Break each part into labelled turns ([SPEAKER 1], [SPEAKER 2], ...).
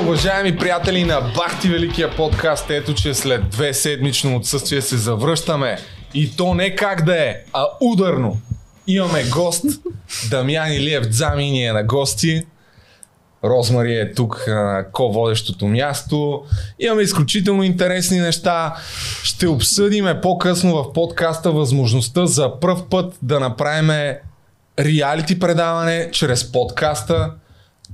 [SPEAKER 1] Уважаеми приятели на Бахти Великия подкаст, ето че след две седмично отсъствие се завръщаме. И то не как да е, а ударно. Имаме гост, Дамян Илиев Дзами ни е на гости. Розмари е тук на ко-водещото място. Имаме изключително интересни неща. Ще обсъдиме по-късно в подкаста възможността за пръв път да направим реалити предаване чрез подкаста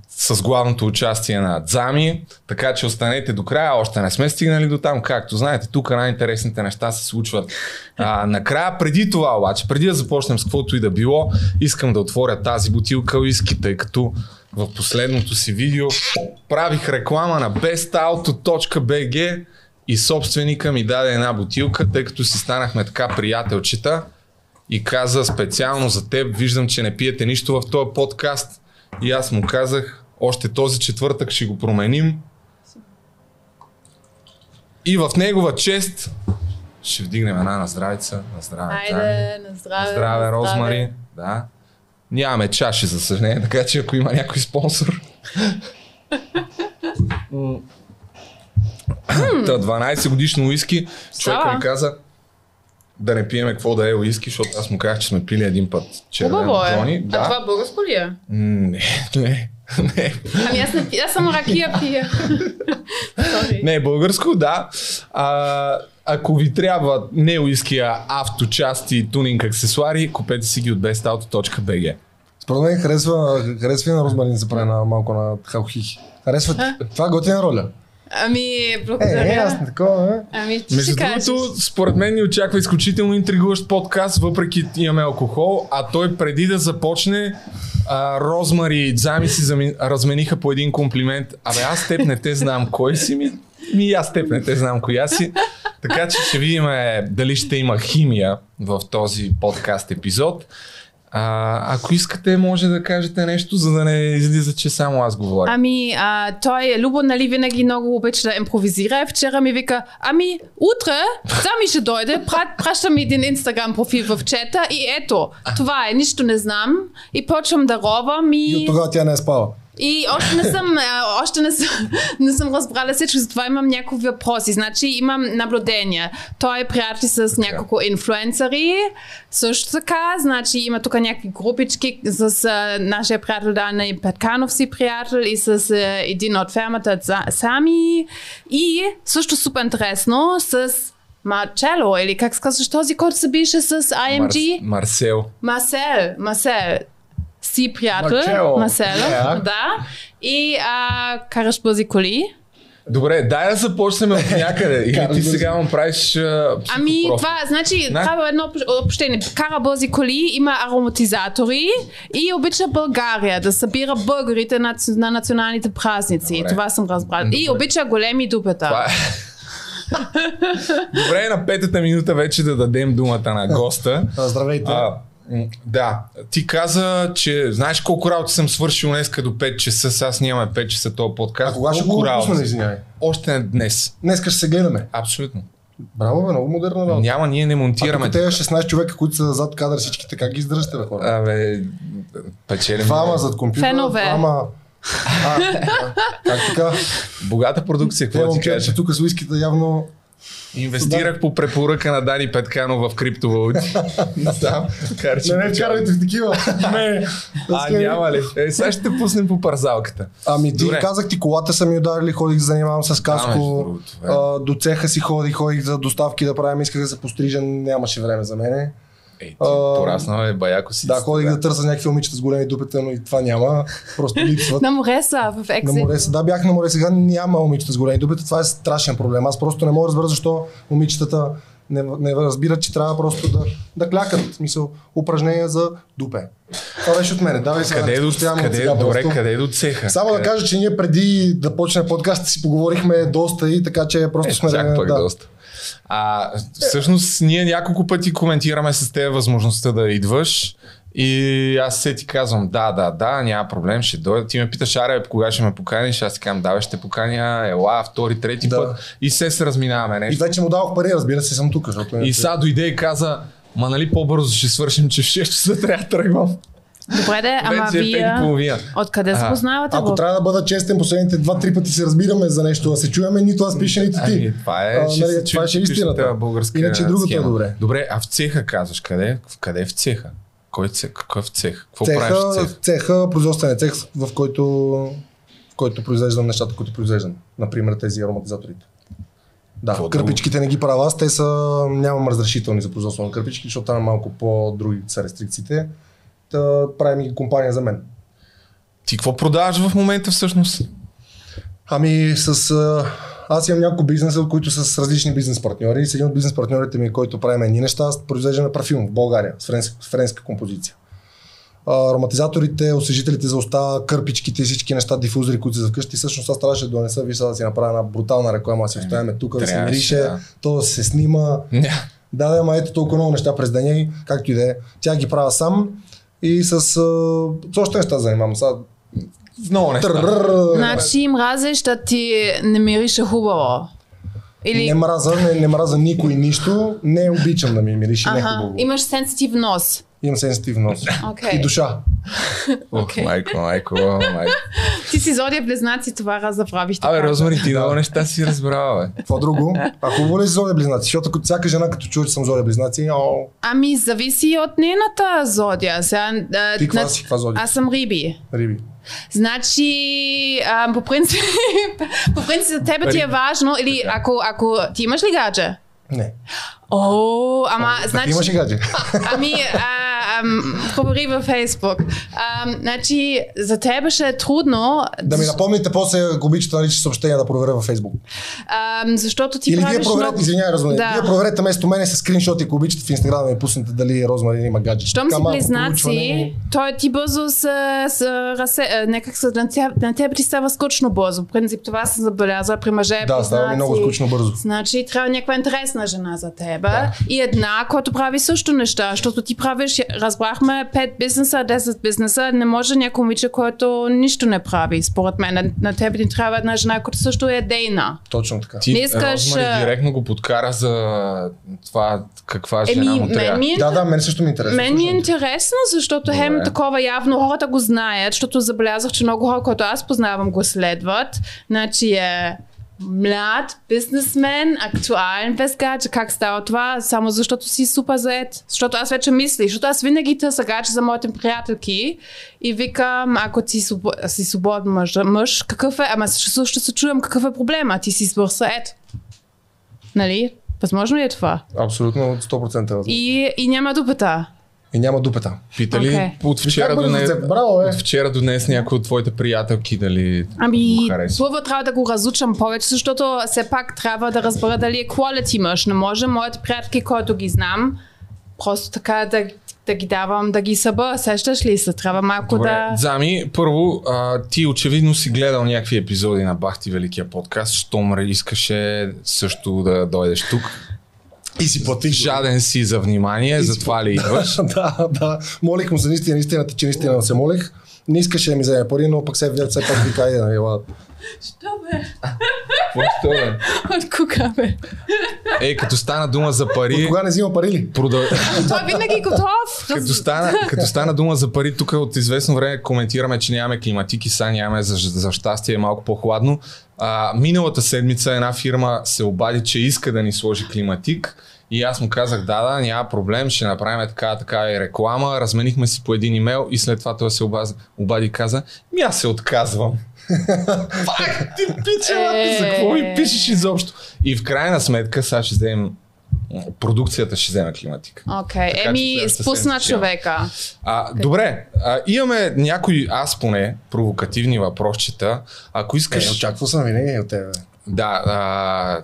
[SPEAKER 1] с главното участие на Дзами, така че останете до края, още не сме стигнали до там, както знаете, тук най-интересните неща се случват. А, накрая, преди това обаче, преди да започнем с каквото и да било, искам да отворя тази бутилка уиски, тъй като в последното си видео правих реклама на bestauto.bg и собственика ми даде една бутилка, тъй като си станахме така приятелчета и каза специално за теб, виждам, че не пиете нищо в този подкаст и аз му казах, още този четвъртък ще го променим и в негова чест ще вдигнем една на здравица, на здраве. Дзани.
[SPEAKER 2] Айде, на здраве.
[SPEAKER 1] Здраве, здраве, Розмари. Да. Нямаме чаши, за съжаление, така че ако има някой спонсор. Та 12 годишно уиски, човек
[SPEAKER 2] Става.
[SPEAKER 1] ми каза да не пиеме какво да е уиски, защото аз му казах, че сме пили един път червен
[SPEAKER 2] Хубаво е.
[SPEAKER 1] Джони.
[SPEAKER 2] А
[SPEAKER 1] Да.
[SPEAKER 2] това българско ли е?
[SPEAKER 1] М, Не, не, не.
[SPEAKER 2] Ами аз, не, пи- аз само ракия пия. Sorry.
[SPEAKER 1] Не, българско, да. А, ако ви трябва не уиски, а авточасти и тунинг аксесуари, купете си ги от bestauto.bg.
[SPEAKER 3] Според мен харесва, харесва и на Розмарин се прави на малко на халхихи. Харесва ти. Това е готина роля.
[SPEAKER 2] Ами,
[SPEAKER 3] Е, е,
[SPEAKER 2] благодаря.
[SPEAKER 3] аз не такова, е.
[SPEAKER 2] Ами, ти
[SPEAKER 1] Между
[SPEAKER 2] ще кажеш.
[SPEAKER 1] другото, според мен ни очаква изключително интригуващ подкаст, въпреки имаме алкохол, а той преди да започне, а, Розмари и Дзами си зами... размениха по един комплимент. Абе, аз теб не те знам кой си ми, ми и аз теб не те знам коя си. Така че ще видим е, дали ще има химия в този подкаст епизод. А, ако искате, може да кажете нещо, за да не излиза, че само аз говоря.
[SPEAKER 2] Ами, а, той, Любо, нали, винаги много обича да импровизира. Вчера ми вика, ами, утре сами ще дойде, пра- праща ми един инстаграм профил в чета и ето, това е, нищо не знам. И почвам да ровам и...
[SPEAKER 3] И от тогава тя не е спала.
[SPEAKER 2] И още не съм, а, още не съм, не съм разбрала всичко, затова имам някакви въпроси. Значи имам наблюдения. Той е приятел с няколко инфлуенсъри, също така, значи има тук някакви групички с а, нашия приятел Дани Петканов си приятел и с а, един от фермата Са- Сами. И също супер интересно с Марчело, или как се казваш този, който се беше с
[SPEAKER 1] Марс-
[SPEAKER 2] IMG?
[SPEAKER 1] Марсел.
[SPEAKER 2] Марсел, Марсел, си приятел,
[SPEAKER 3] Марчело.
[SPEAKER 2] Марсел,
[SPEAKER 3] Да.
[SPEAKER 2] да. И а, караш бързи коли.
[SPEAKER 1] Добре, дай да започнем от някъде. Или ти
[SPEAKER 3] Карам
[SPEAKER 1] сега му правиш а,
[SPEAKER 2] Ами,
[SPEAKER 1] психопрофил.
[SPEAKER 2] това, значи, трябва едно об- общение. Кара бързи коли, има ароматизатори и обича България, да събира българите на, на националните празници.
[SPEAKER 1] Добре.
[SPEAKER 2] Това съм разбрал. И
[SPEAKER 1] Добре.
[SPEAKER 2] обича големи дупета.
[SPEAKER 1] Това е. Добре, на петата минута вече да дадем думата на госта.
[SPEAKER 3] А, Здравейте.
[SPEAKER 1] А, м, да, ти каза, че знаеш колко работа съм свършил днес до 5 часа, сега аз нямаме 5 часа този
[SPEAKER 3] А
[SPEAKER 1] подкаст.
[SPEAKER 3] кога ще
[SPEAKER 1] Колко
[SPEAKER 3] го
[SPEAKER 1] работа?
[SPEAKER 3] пуснем, извинявай?
[SPEAKER 1] Още не днес.
[SPEAKER 3] Днеска ще се гледаме.
[SPEAKER 1] Абсолютно.
[SPEAKER 3] Браво, бе, много модерна работа.
[SPEAKER 1] Няма, ние не монтираме.
[SPEAKER 3] Ако те 16 човека, които са зад кадър, всичките как ги издържате, бе,
[SPEAKER 1] Е,
[SPEAKER 3] хора?
[SPEAKER 1] Абе, печелим.
[SPEAKER 3] Двама зад компютъра,
[SPEAKER 2] Фенове.
[SPEAKER 3] двама... А, как така?
[SPEAKER 1] Богата продукция,
[SPEAKER 3] Те
[SPEAKER 1] какво ти кажа?
[SPEAKER 3] момчета тук с уиските явно...
[SPEAKER 1] Инвестирах по препоръка на Дани Петканов в криптовалути. Сам, карче.
[SPEAKER 3] Не, не, вкарайте в такива. Не.
[SPEAKER 1] А, няма ли? Е, сега ще те пуснем по парзалката.
[SPEAKER 3] Ами ти
[SPEAKER 1] Добре.
[SPEAKER 3] казах ти, колата са ми ударили, ходих да занимавам с
[SPEAKER 1] между
[SPEAKER 3] каско,
[SPEAKER 1] другото, е.
[SPEAKER 3] а, до цеха си ходих, ходих за доставки да правим, исках да се пострижа, нямаше време за мене.
[SPEAKER 1] Ей, ти
[SPEAKER 3] А,
[SPEAKER 1] порасна, бе, баяко си.
[SPEAKER 3] Да, ходих да търся някакви момичета с големи дупета, но и това няма, просто липсват.
[SPEAKER 2] На море са в
[SPEAKER 3] На
[SPEAKER 2] Ексит.
[SPEAKER 3] море се. Да, бях на море сега, няма момичета с големи дупета, това е страшен проблем. Аз просто не мога да разбера защо момичетата не, не разбират, че трябва просто да, да клякат. В смисъл, упражнения за дупе. Това беше от мене. Давай сега.
[SPEAKER 1] Къде е
[SPEAKER 3] да
[SPEAKER 1] до,
[SPEAKER 3] постоянно от
[SPEAKER 1] къде,
[SPEAKER 3] сега
[SPEAKER 1] добре,
[SPEAKER 3] просто.
[SPEAKER 1] къде е до цеха?
[SPEAKER 3] Само да
[SPEAKER 1] Къде-
[SPEAKER 3] кажа, че ние преди да почне подкаста си поговорихме доста и така, че просто
[SPEAKER 1] Е,
[SPEAKER 3] сме...
[SPEAKER 1] чак пак
[SPEAKER 3] да.
[SPEAKER 1] доста. А, всъщност, ние няколко пъти коментираме с те възможността да идваш. И аз се ти казвам, да, да, да, няма проблем, ще дойда. Ти ме питаш, аре, бе, кога ще ме поканиш? Аз ти казвам, да, бе, ще те поканя, ела, втори, трети
[SPEAKER 3] Да.
[SPEAKER 1] път. И се се разминаваме
[SPEAKER 3] И
[SPEAKER 1] нещо.
[SPEAKER 3] вече му давах пари, разбира се, съм тук,
[SPEAKER 4] е
[SPEAKER 3] защото...
[SPEAKER 1] И сега дойде и каза, ма нали по-бързо ще свършим, че в 6 часа трябва да тръгвам.
[SPEAKER 2] Добре де, ама
[SPEAKER 1] Вече е
[SPEAKER 2] вие...
[SPEAKER 1] пет и половина.
[SPEAKER 2] Откъде се
[SPEAKER 1] А,
[SPEAKER 2] познавате
[SPEAKER 4] Ако
[SPEAKER 2] го?
[SPEAKER 4] трябва да бъда честен, последните два-три пъти се разбираме за нещо, а се чуваме, нито аз пиша, нито ти.
[SPEAKER 1] Ами, това е,
[SPEAKER 4] А,
[SPEAKER 1] ще
[SPEAKER 4] нали,
[SPEAKER 1] се
[SPEAKER 4] това
[SPEAKER 1] чуе
[SPEAKER 4] ще е
[SPEAKER 1] типичната
[SPEAKER 4] истината.
[SPEAKER 1] Българска
[SPEAKER 4] Иначе другото
[SPEAKER 1] схема.
[SPEAKER 4] е добре.
[SPEAKER 1] Добре, а в цеха казваш, къде, къде е в цеха? Кой цех? Какъв цех? Какво правиш в
[SPEAKER 4] Цеха,
[SPEAKER 1] цеха?
[SPEAKER 4] цеха, производствен е цех, в който, в който произвеждам нещата, които произвеждам. Например, тези ароматизаторите. Да,
[SPEAKER 1] Какво
[SPEAKER 4] кърпичките не ги правя аз, те са, нямам разрешителни за производство на кърпички, защото там е малко по-други са рестрикциите. Та, правим ги компания за мен.
[SPEAKER 1] Ти какво продаваш в момента всъщност?
[SPEAKER 4] Ами с... а, Аз имам няколко бизнеса, от които са с различни бизнес партньори. С един от бизнес партньорите ми, който правим едни неща, аз произвеждаме парфюм в България с френска, с френска композиция. А, Ароматизаторите, освежителите за уста, кърпичките, всички неща, дифузори, които са за вкъщи, всъщност аз трябваше да донеса, виж сега да си направя една брутална реклама, да си оставяме тук, да се
[SPEAKER 1] трябваше,
[SPEAKER 4] мирише,
[SPEAKER 1] да.
[SPEAKER 4] то да се снима.
[SPEAKER 1] Ня.
[SPEAKER 4] Да, да, ама ето толкова много неща през деня и както и да е. Тя ги правя сам и с, а, с още неща занимавам. Сега...
[SPEAKER 1] Много неща.
[SPEAKER 4] Трррррр.
[SPEAKER 2] Значи мразиш да ти не мирише хубаво. Или...
[SPEAKER 4] Не мраза, не, не мраза никой нищо, не обичам да ми мирише
[SPEAKER 2] Аха,
[SPEAKER 4] нехубаво.
[SPEAKER 2] имаш сенситив нос.
[SPEAKER 4] Имам сенситив нос.
[SPEAKER 2] Окей.
[SPEAKER 4] И душа.
[SPEAKER 1] Ох,
[SPEAKER 2] Окей.
[SPEAKER 1] майко, майко, майко.
[SPEAKER 2] Ти си зодия близнаци, това раз забравих така.
[SPEAKER 1] Абе, Розмари, ти много неща си разбрала, бе.
[SPEAKER 4] Това друго. А хубаво ли си зодия близнаци? Защото като всяка жена, като чува, че съм зодия близнаци, о,
[SPEAKER 2] Ами, зависи от нейната зодия. Сега, а,
[SPEAKER 4] ти каква
[SPEAKER 2] на-
[SPEAKER 4] си, каква зодия?
[SPEAKER 2] Аз съм риби.
[SPEAKER 4] Риби.
[SPEAKER 2] Значи, а, по принцип, по принцип за тебе ти е
[SPEAKER 1] Риба.
[SPEAKER 2] важно, или ако, ако ти имаш ли гадже?
[SPEAKER 4] Не.
[SPEAKER 2] О, ама,
[SPEAKER 4] Значи...
[SPEAKER 2] значи...
[SPEAKER 4] Имаш и гадже.
[SPEAKER 2] Ами, а, ам, говори във Фейсбук. Ам, значи, за тебе ще е трудно,
[SPEAKER 4] да ми напомните после, ако обичате, нали, че съобщения да проверя във Фейсбук.
[SPEAKER 2] ам, защото ти
[SPEAKER 4] Или вие
[SPEAKER 2] правиш
[SPEAKER 4] проверете,
[SPEAKER 2] много...
[SPEAKER 4] извинявай, Розмари,
[SPEAKER 2] Да.
[SPEAKER 4] вие проверете вместо мене с скриншоти, ако обичате в Инстаграм да ми пуснете дали Розмари има гадже.
[SPEAKER 2] Щом
[SPEAKER 4] Така
[SPEAKER 2] си
[SPEAKER 4] малко
[SPEAKER 2] близнаци,
[SPEAKER 4] проучване.
[SPEAKER 2] той ти бързо се, се разсе... е, Некак се, на, теб, на тебе ти става скучно бързо. В принцип това съм забелязала при мъже
[SPEAKER 4] Да, става ми
[SPEAKER 2] познати.
[SPEAKER 4] много скучно бързо.
[SPEAKER 2] Значи трябва някаква интересна жена за теб. И една, която прави също неща, защото ти правиш, разбрахме, 5 бизнеса, 10 бизнеса, не може някой момиче, който нищо не прави, според мен. На, на теб ти трябва една жена, която също е дейна.
[SPEAKER 4] Точно така.
[SPEAKER 1] Ти,
[SPEAKER 2] Не искаш, а-
[SPEAKER 1] Розмари, директно го подкара за това каква жена
[SPEAKER 2] Еми,
[SPEAKER 1] му трябва.
[SPEAKER 2] мен ми е
[SPEAKER 4] Да, да, мен също ми е интересно.
[SPEAKER 2] Мен ми е
[SPEAKER 4] слушам.
[SPEAKER 2] интересно, защото
[SPEAKER 1] Добре.
[SPEAKER 2] хем такова явно хората го знаят, защото забелязах, че много хора, които аз познавам, го следват. Значи е млад бизнесмен, актуален безгач, как става това, само защото си супер заед. Защото аз вече мислих, защото аз винаги търся гадже за моите приятелки и викам, ако ти субо- си свободен мъж, мъж, какъв е, ама също ще се чувам, какъв е проблема, ти си свърх заед. Нали? Възможно ли е това?
[SPEAKER 4] Абсолютно 100% възможно. И...
[SPEAKER 2] И, и няма дупета.
[SPEAKER 4] и няма дупета.
[SPEAKER 1] Пита ли
[SPEAKER 2] Окей.
[SPEAKER 1] от вчера
[SPEAKER 4] Как
[SPEAKER 1] до
[SPEAKER 4] бързо
[SPEAKER 1] днес?
[SPEAKER 4] се- Браво, е.
[SPEAKER 1] От вчера до днес някои от твоите приятелки дали
[SPEAKER 2] Ами,
[SPEAKER 1] го харесва.
[SPEAKER 2] първо трябва да го разучам повече, защото все пак трябва да разбера дали е quality No мъж. Не може моите приятелки, които ги знам, просто така да, да ги давам, да ги съба. Сещаш ли се? Трябва малко
[SPEAKER 1] Добре,
[SPEAKER 2] да...
[SPEAKER 1] Зами, първо, а, ти очевидно си гледал някакви епизоди на Бахти Великия подкаст, щом ре- искаше също да дойдеш тук.
[SPEAKER 4] И си платих.
[SPEAKER 1] Жаден си за внимание, затова ли идваш?
[SPEAKER 4] да, да. Молих му се наистина, наистина, че наистина се молих. Не искаше да ми вземе пари, но пък се все пак вика, айде, нали, ела.
[SPEAKER 2] Що бе?
[SPEAKER 1] Какво ще бе?
[SPEAKER 2] От кога бе?
[SPEAKER 1] Е, като стана дума за
[SPEAKER 4] От
[SPEAKER 1] пари,
[SPEAKER 4] кога не взима пари ли?
[SPEAKER 1] продъл...
[SPEAKER 2] Той винаги готов.
[SPEAKER 1] като, стана, като стана дума за пари, тук от известно време коментираме, че нямаме климатики, сега нямаме, за, за щастие е малко по-хладно. А, миналата седмица една фирма се обади, че иска да ни сложи климатик. И аз му казах, да, да, няма проблем, ще направим така, така и реклама. Разменихме си по един имейл и след това той се обази, обади и каза, ми аз се отказвам. Пак ти пича, за какво ми пишеш изобщо? И в крайна сметка, сега ще вземем, продукцията ще вземе климатик.
[SPEAKER 2] Окей,
[SPEAKER 1] Така че
[SPEAKER 2] еми,
[SPEAKER 1] следващата
[SPEAKER 2] спусна
[SPEAKER 1] седмица ще имам.
[SPEAKER 2] човека.
[SPEAKER 1] А, добре, а, имаме някои, аз поне, провокативни въпросчета. Ако
[SPEAKER 4] Е,
[SPEAKER 1] искаш...
[SPEAKER 4] очаквал съм винаги от тебе.
[SPEAKER 1] да, а,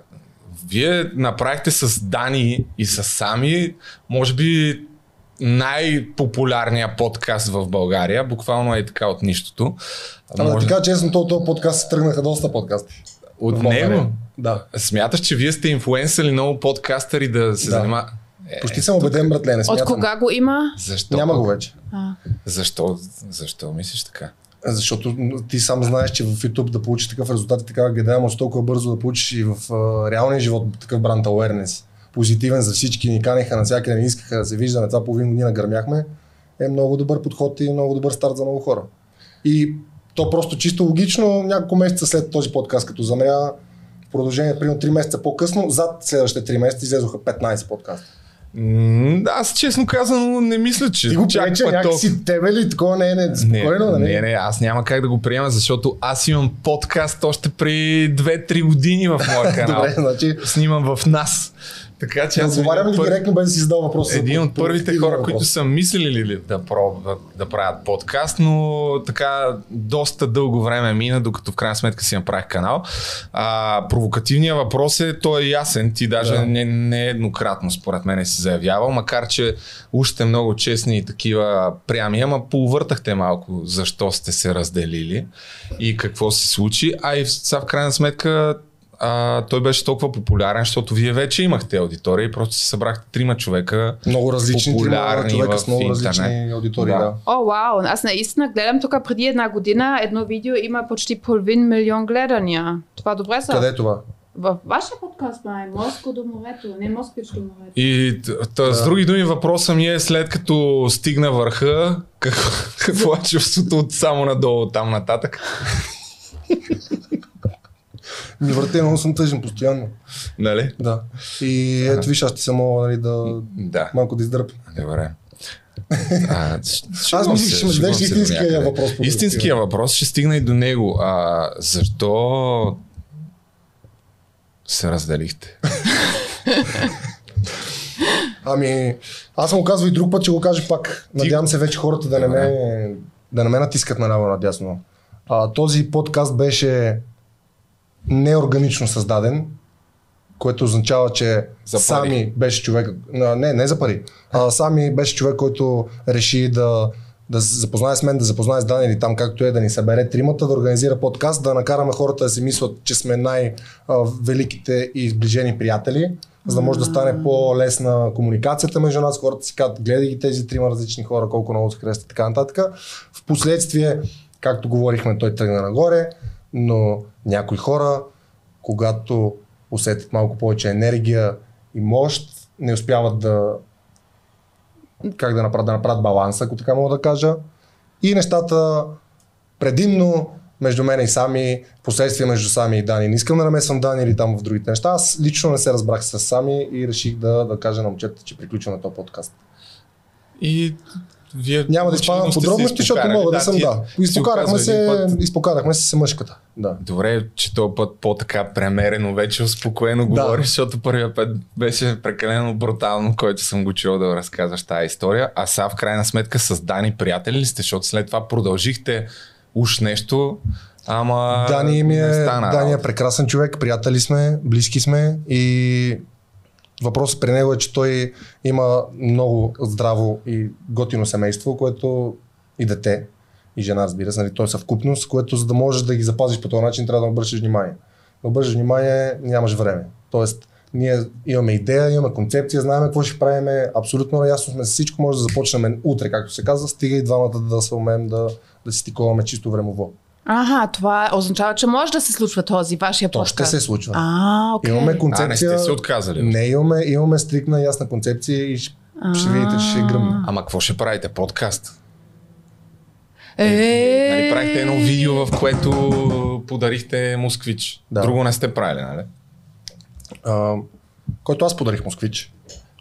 [SPEAKER 1] вие направихте с Дани и с Сами, може би най-популярния подкаст в България, буквално е така от нищото.
[SPEAKER 4] Ама да
[SPEAKER 1] Може-
[SPEAKER 4] ти кажа честно, то- този подкаст се тръгнаха доста подкасти.
[SPEAKER 1] от
[SPEAKER 4] в България.
[SPEAKER 1] него?
[SPEAKER 4] Да.
[SPEAKER 1] Смяташ, че вие сте инфлуенсъри много подкастъри да се
[SPEAKER 4] Да.
[SPEAKER 1] занимават?
[SPEAKER 4] Почти съм убеден, братле, не
[SPEAKER 2] От
[SPEAKER 4] смятам.
[SPEAKER 2] кога го има?
[SPEAKER 1] Защо?
[SPEAKER 4] Няма го вече.
[SPEAKER 2] А,
[SPEAKER 1] Защо? Защо мислиш така?
[SPEAKER 4] Защото ти сам знаеш, че в YouTube да получиш такъв резултат и такава гледаемост толкова бързо да получиш и в а, реалния живот такъв бранд awareness. Позитивен за всички, ни канеха навсякъде, не искаха да се виждаме, това половин година гърмяхме. е много добър подход и много добър старт за много хора. И то просто чисто логично, няколко месеца след този подкаст, като замря, в продължение, примерно 3 месеца по-късно, зад следващите 3 месеца излезоха 15 подкаста.
[SPEAKER 1] М, Аз честно казано не мисля, че
[SPEAKER 4] Ти го
[SPEAKER 1] чак
[SPEAKER 4] преча
[SPEAKER 1] пък толкова-
[SPEAKER 4] някакси тебе ли? Такова не е не,
[SPEAKER 1] Не,
[SPEAKER 4] спокойно, нали?
[SPEAKER 1] не, е не, аз няма как да го приема, защото аз имам подкаст още при 2-3 години в моя канал.
[SPEAKER 4] Добре, значи
[SPEAKER 1] Снимам в нас. Така че аз
[SPEAKER 4] Разговарям
[SPEAKER 1] един
[SPEAKER 4] ли
[SPEAKER 1] от пър-
[SPEAKER 4] директно без да си задал въпроса? за
[SPEAKER 1] Един от първите
[SPEAKER 4] продуктивния
[SPEAKER 1] хора,
[SPEAKER 4] въпрос?
[SPEAKER 1] които са мислили ли да пробват да правят подкаст, но така доста дълго време мина, докато в крайна сметка си направих канал. А, провокативният въпрос е, той е ясен, ти даже
[SPEAKER 4] Да.
[SPEAKER 1] не, не еднократно според мен си заявявал, макар че уж сте много честни и такива прями, ама повъртахте малко защо сте се разделили и какво се случи, а и в- сега в крайна сметка а, той беше толкова популярен, защото вие вече имахте аудитория и просто се събрахте трима човека.
[SPEAKER 4] много различни трима
[SPEAKER 1] популярни
[SPEAKER 4] човека
[SPEAKER 1] в
[SPEAKER 4] с много различни
[SPEAKER 1] интернет.
[SPEAKER 4] аудитории. Да.
[SPEAKER 1] Да.
[SPEAKER 2] О, вау, аз наистина гледам тук преди една година едно видео има почти половин милион гледания. Това добре са?
[SPEAKER 4] Къде е това?
[SPEAKER 2] В вашия подкаст, май, Морско до морето, не Москвич до морето.
[SPEAKER 1] И т- т- с други думи въпроса ми е след като стигна върха, какво, какво е чувството от само надолу от там нататък?
[SPEAKER 4] Ми върте, много съм тъжен постоянно.
[SPEAKER 1] Нали?
[SPEAKER 4] Да. И ето виж, аз ти се мога нали, да
[SPEAKER 1] Да,
[SPEAKER 4] малко да издърпа.
[SPEAKER 1] добре. А, ш- шегувам
[SPEAKER 4] мислих,
[SPEAKER 1] се,
[SPEAKER 4] че ме
[SPEAKER 1] шегувам
[SPEAKER 4] зададеш
[SPEAKER 1] се до
[SPEAKER 4] истинския
[SPEAKER 1] някъде.
[SPEAKER 4] въпрос по
[SPEAKER 1] Истинския въпрос ще стигна и до него. А, защо се разделихте?
[SPEAKER 4] Ами, аз съм го казвал и друг път, че го кажа пак. Надявам се вече хората да не ме, да не ме натискат наляво надясно. А, този подкаст беше неорганично създаден, което означава, че
[SPEAKER 1] За пари.
[SPEAKER 4] сами беше човек. а, Не, не за пари. А, сами беше човек, който реши да, да се запознае с мен, да запознае с Дани или там както е, да ни събере тримата, да организира подкаст, да накараме хората да си мислят, че сме най-великите и сближени приятели, за да може да стане по-лесна комуникацията между нас. Хората си казват, гледай ги тези трима различни хора, колко много се харесват и така нататък. Впоследствие, както говорихме, той тръгна нагоре, но някои хора когато усетят малко повече енергия и мощ, не успяват да как да направят, да направят баланс, ако така мога да кажа. И нещата предимно между мен и Сами, последствие между Сами и Дани. Не искам да намесвам Дани или там в другите неща. Аз лично не се разбрах с Сами и реших да, да кажа на момчета, че приключвам на този подкаст.
[SPEAKER 1] И вие
[SPEAKER 4] Няма да
[SPEAKER 1] очевидно
[SPEAKER 4] изпадам в
[SPEAKER 1] сте се
[SPEAKER 4] подробности, защото
[SPEAKER 1] изпокарали.
[SPEAKER 4] мога да, съм
[SPEAKER 1] ти-
[SPEAKER 4] да.
[SPEAKER 1] ти си
[SPEAKER 4] Изпокарахме
[SPEAKER 1] оказва един
[SPEAKER 4] се,
[SPEAKER 1] път.
[SPEAKER 4] изпокарахме се с мъжката. Да.
[SPEAKER 1] Добре, че този път по-така премерено, вече успокоено
[SPEAKER 4] Да.
[SPEAKER 1] говориш, защото първия път беше прекалено брутално, който съм го чувал да разказваш тази история. А сега в крайна сметка с Дани приятели ли сте, защото след това продължихте уж нещо, ама
[SPEAKER 4] Дани ми
[SPEAKER 1] не
[SPEAKER 4] е,
[SPEAKER 1] стана
[SPEAKER 4] Дани е
[SPEAKER 1] работа.
[SPEAKER 4] прекрасен човек, приятели сме, близки сме и въпросът при него е, че той има много здраво и готино семейство, което и дете, и жена, разбира се, нали, той е съвкупност, което за да можеш да ги запазиш по този начин, трябва да обръщаш внимание. Да обръщаш внимание, нямаш време. Тоест, ние имаме идея, имаме концепция, знаем какво ще правим, абсолютно ясно сме с всичко, може да започнем утре, както се казва, стига и двамата да се умеем да, да си стиковаме чисто времево.
[SPEAKER 2] Аха, това означава, че може да се случва този вашия
[SPEAKER 4] То
[SPEAKER 2] подкаст.
[SPEAKER 4] ще се случва.
[SPEAKER 2] А, окей.
[SPEAKER 4] Имаме
[SPEAKER 1] А, не
[SPEAKER 4] концепция.
[SPEAKER 1] сте се отказали.
[SPEAKER 4] не, имаме, имаме стрикна ясна концепция и ще, ще видите, че ще е гръмно.
[SPEAKER 1] Ама какво ще правите? Подкаст?
[SPEAKER 2] Е,
[SPEAKER 1] Нали, правихте едно видео, в което подарихте москвич.
[SPEAKER 4] Да.
[SPEAKER 1] Друго не сте правили, нали?
[SPEAKER 4] А, който аз подарих москвич.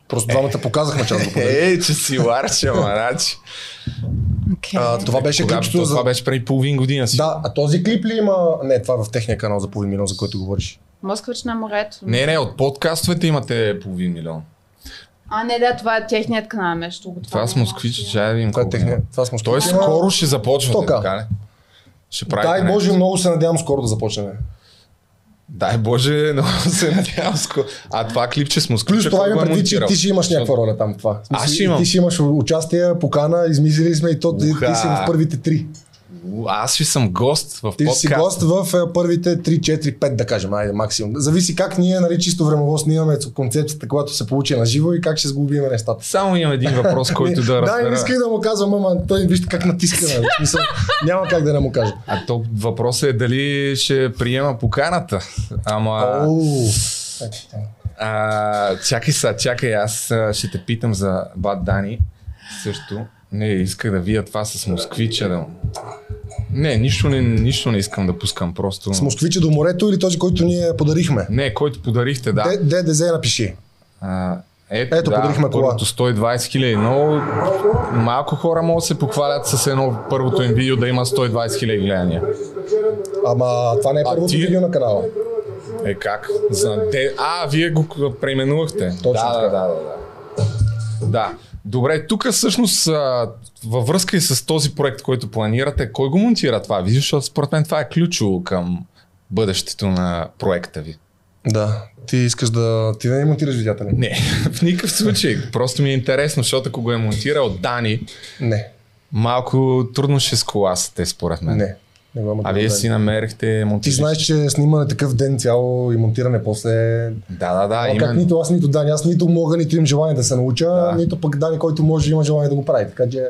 [SPEAKER 4] Просто двамата показахме, че аз го подарих.
[SPEAKER 1] Е, че си ларча, марач.
[SPEAKER 2] Окей.
[SPEAKER 4] А, това беше клипчето за...
[SPEAKER 1] Е, Това беше преди половин година си.
[SPEAKER 4] Да, а този клип ли има... Не, това е в техния канал за половин милион, за който говориш.
[SPEAKER 2] Москвич на морето.
[SPEAKER 1] Не, не, от подкастовете имате половин милион.
[SPEAKER 2] А, не, да, това е техният канал, между другото.
[SPEAKER 1] Това с
[SPEAKER 2] не е
[SPEAKER 1] москвичи,
[SPEAKER 2] нашия.
[SPEAKER 1] че да видим
[SPEAKER 4] Това е
[SPEAKER 1] колко
[SPEAKER 4] техния...
[SPEAKER 1] има.
[SPEAKER 4] Това сме
[SPEAKER 1] Той
[SPEAKER 4] Има-
[SPEAKER 1] скоро ще започвате,
[SPEAKER 4] Тока.
[SPEAKER 1] така ли? Ще нали? правите
[SPEAKER 4] Дай
[SPEAKER 1] нещо.
[SPEAKER 4] Боже, много се надявам скоро да започнем.
[SPEAKER 1] Дай Боже, но се надявам. ско- А това клипче с москвича,
[SPEAKER 4] Плюс това
[SPEAKER 1] кой
[SPEAKER 4] има
[SPEAKER 1] го е
[SPEAKER 4] предвид, че
[SPEAKER 1] монтирал?
[SPEAKER 4] ти ще имаш някаква роля там в това. В
[SPEAKER 1] Аз
[SPEAKER 4] смисъл,
[SPEAKER 1] ще имам.
[SPEAKER 4] Ти ще имаш участие, покана, измислили сме и то ти, ти си
[SPEAKER 1] Уха.
[SPEAKER 4] в първите три.
[SPEAKER 1] У, Аз ще съм гост в
[SPEAKER 4] Ти
[SPEAKER 1] подкаст.
[SPEAKER 4] си гост в е, първите 3-4-5, да кажем, айде максимум. Зависи как ние, нали, чисто времево снимаме концепцията, когато се получи на живо и как ще сгубим нещата.
[SPEAKER 1] Само имам един въпрос, който да
[SPEAKER 4] да, не
[SPEAKER 1] разбера.
[SPEAKER 4] исках да му казвам, ама той вижте как натиска, нали? В Смисъл, няма как да не му кажа.
[SPEAKER 1] А то въпросът е дали ще приема поканата. Ама...
[SPEAKER 4] Оу.
[SPEAKER 1] А, чакай са, чакай, аз а, ще те питам за Бад Дани също. Не, исках да вия това с москвича. Да... Не, нищо не, нищо не искам да пускам просто.
[SPEAKER 4] С москвича до морето или този, който ние подарихме?
[SPEAKER 1] Не, който подарихте, да.
[SPEAKER 4] Д- ДДЗ напиши.
[SPEAKER 1] А, ето,
[SPEAKER 4] Ето,
[SPEAKER 1] да,
[SPEAKER 4] подарихме кола.
[SPEAKER 1] първото 120 хиляди. Много малко хора могат да се похвалят с едно първото им видео да има 120 хиляди гледания.
[SPEAKER 4] Ама това не е
[SPEAKER 1] А
[SPEAKER 4] първото
[SPEAKER 1] ти-
[SPEAKER 4] видео на канала.
[SPEAKER 1] Е как? За де... А, вие го к- преименувахте.
[SPEAKER 4] Точно
[SPEAKER 1] да, да,
[SPEAKER 4] така.
[SPEAKER 1] да, да, да. Да. Добре, тук всъщност а, във връзка и с този проект, който планирате, кой го монтира това? Виж, защото според мен това е ключово към бъдещето на проекта ви.
[SPEAKER 4] Да. Ти искаш да... Ти не монтираш видеята ли?
[SPEAKER 1] Не, в никакъв случай. Просто ми е интересно, защото ако го е монтирал Дани,
[SPEAKER 4] Не.
[SPEAKER 1] малко трудно ще сколасате, според мен.
[SPEAKER 4] Не. Не го
[SPEAKER 1] А вие си намерихте
[SPEAKER 4] Ти
[SPEAKER 1] монтажист.
[SPEAKER 4] знаеш, че е снимане такъв ден цяло и монтиране после
[SPEAKER 1] Да, да, да.
[SPEAKER 4] А,
[SPEAKER 1] именно.
[SPEAKER 4] как нито аз, нито Дани. Аз нито мога, нито имам желание да се науча,
[SPEAKER 1] Да.
[SPEAKER 4] да. нито пък Дани, който може, има желание да го прави. Така че,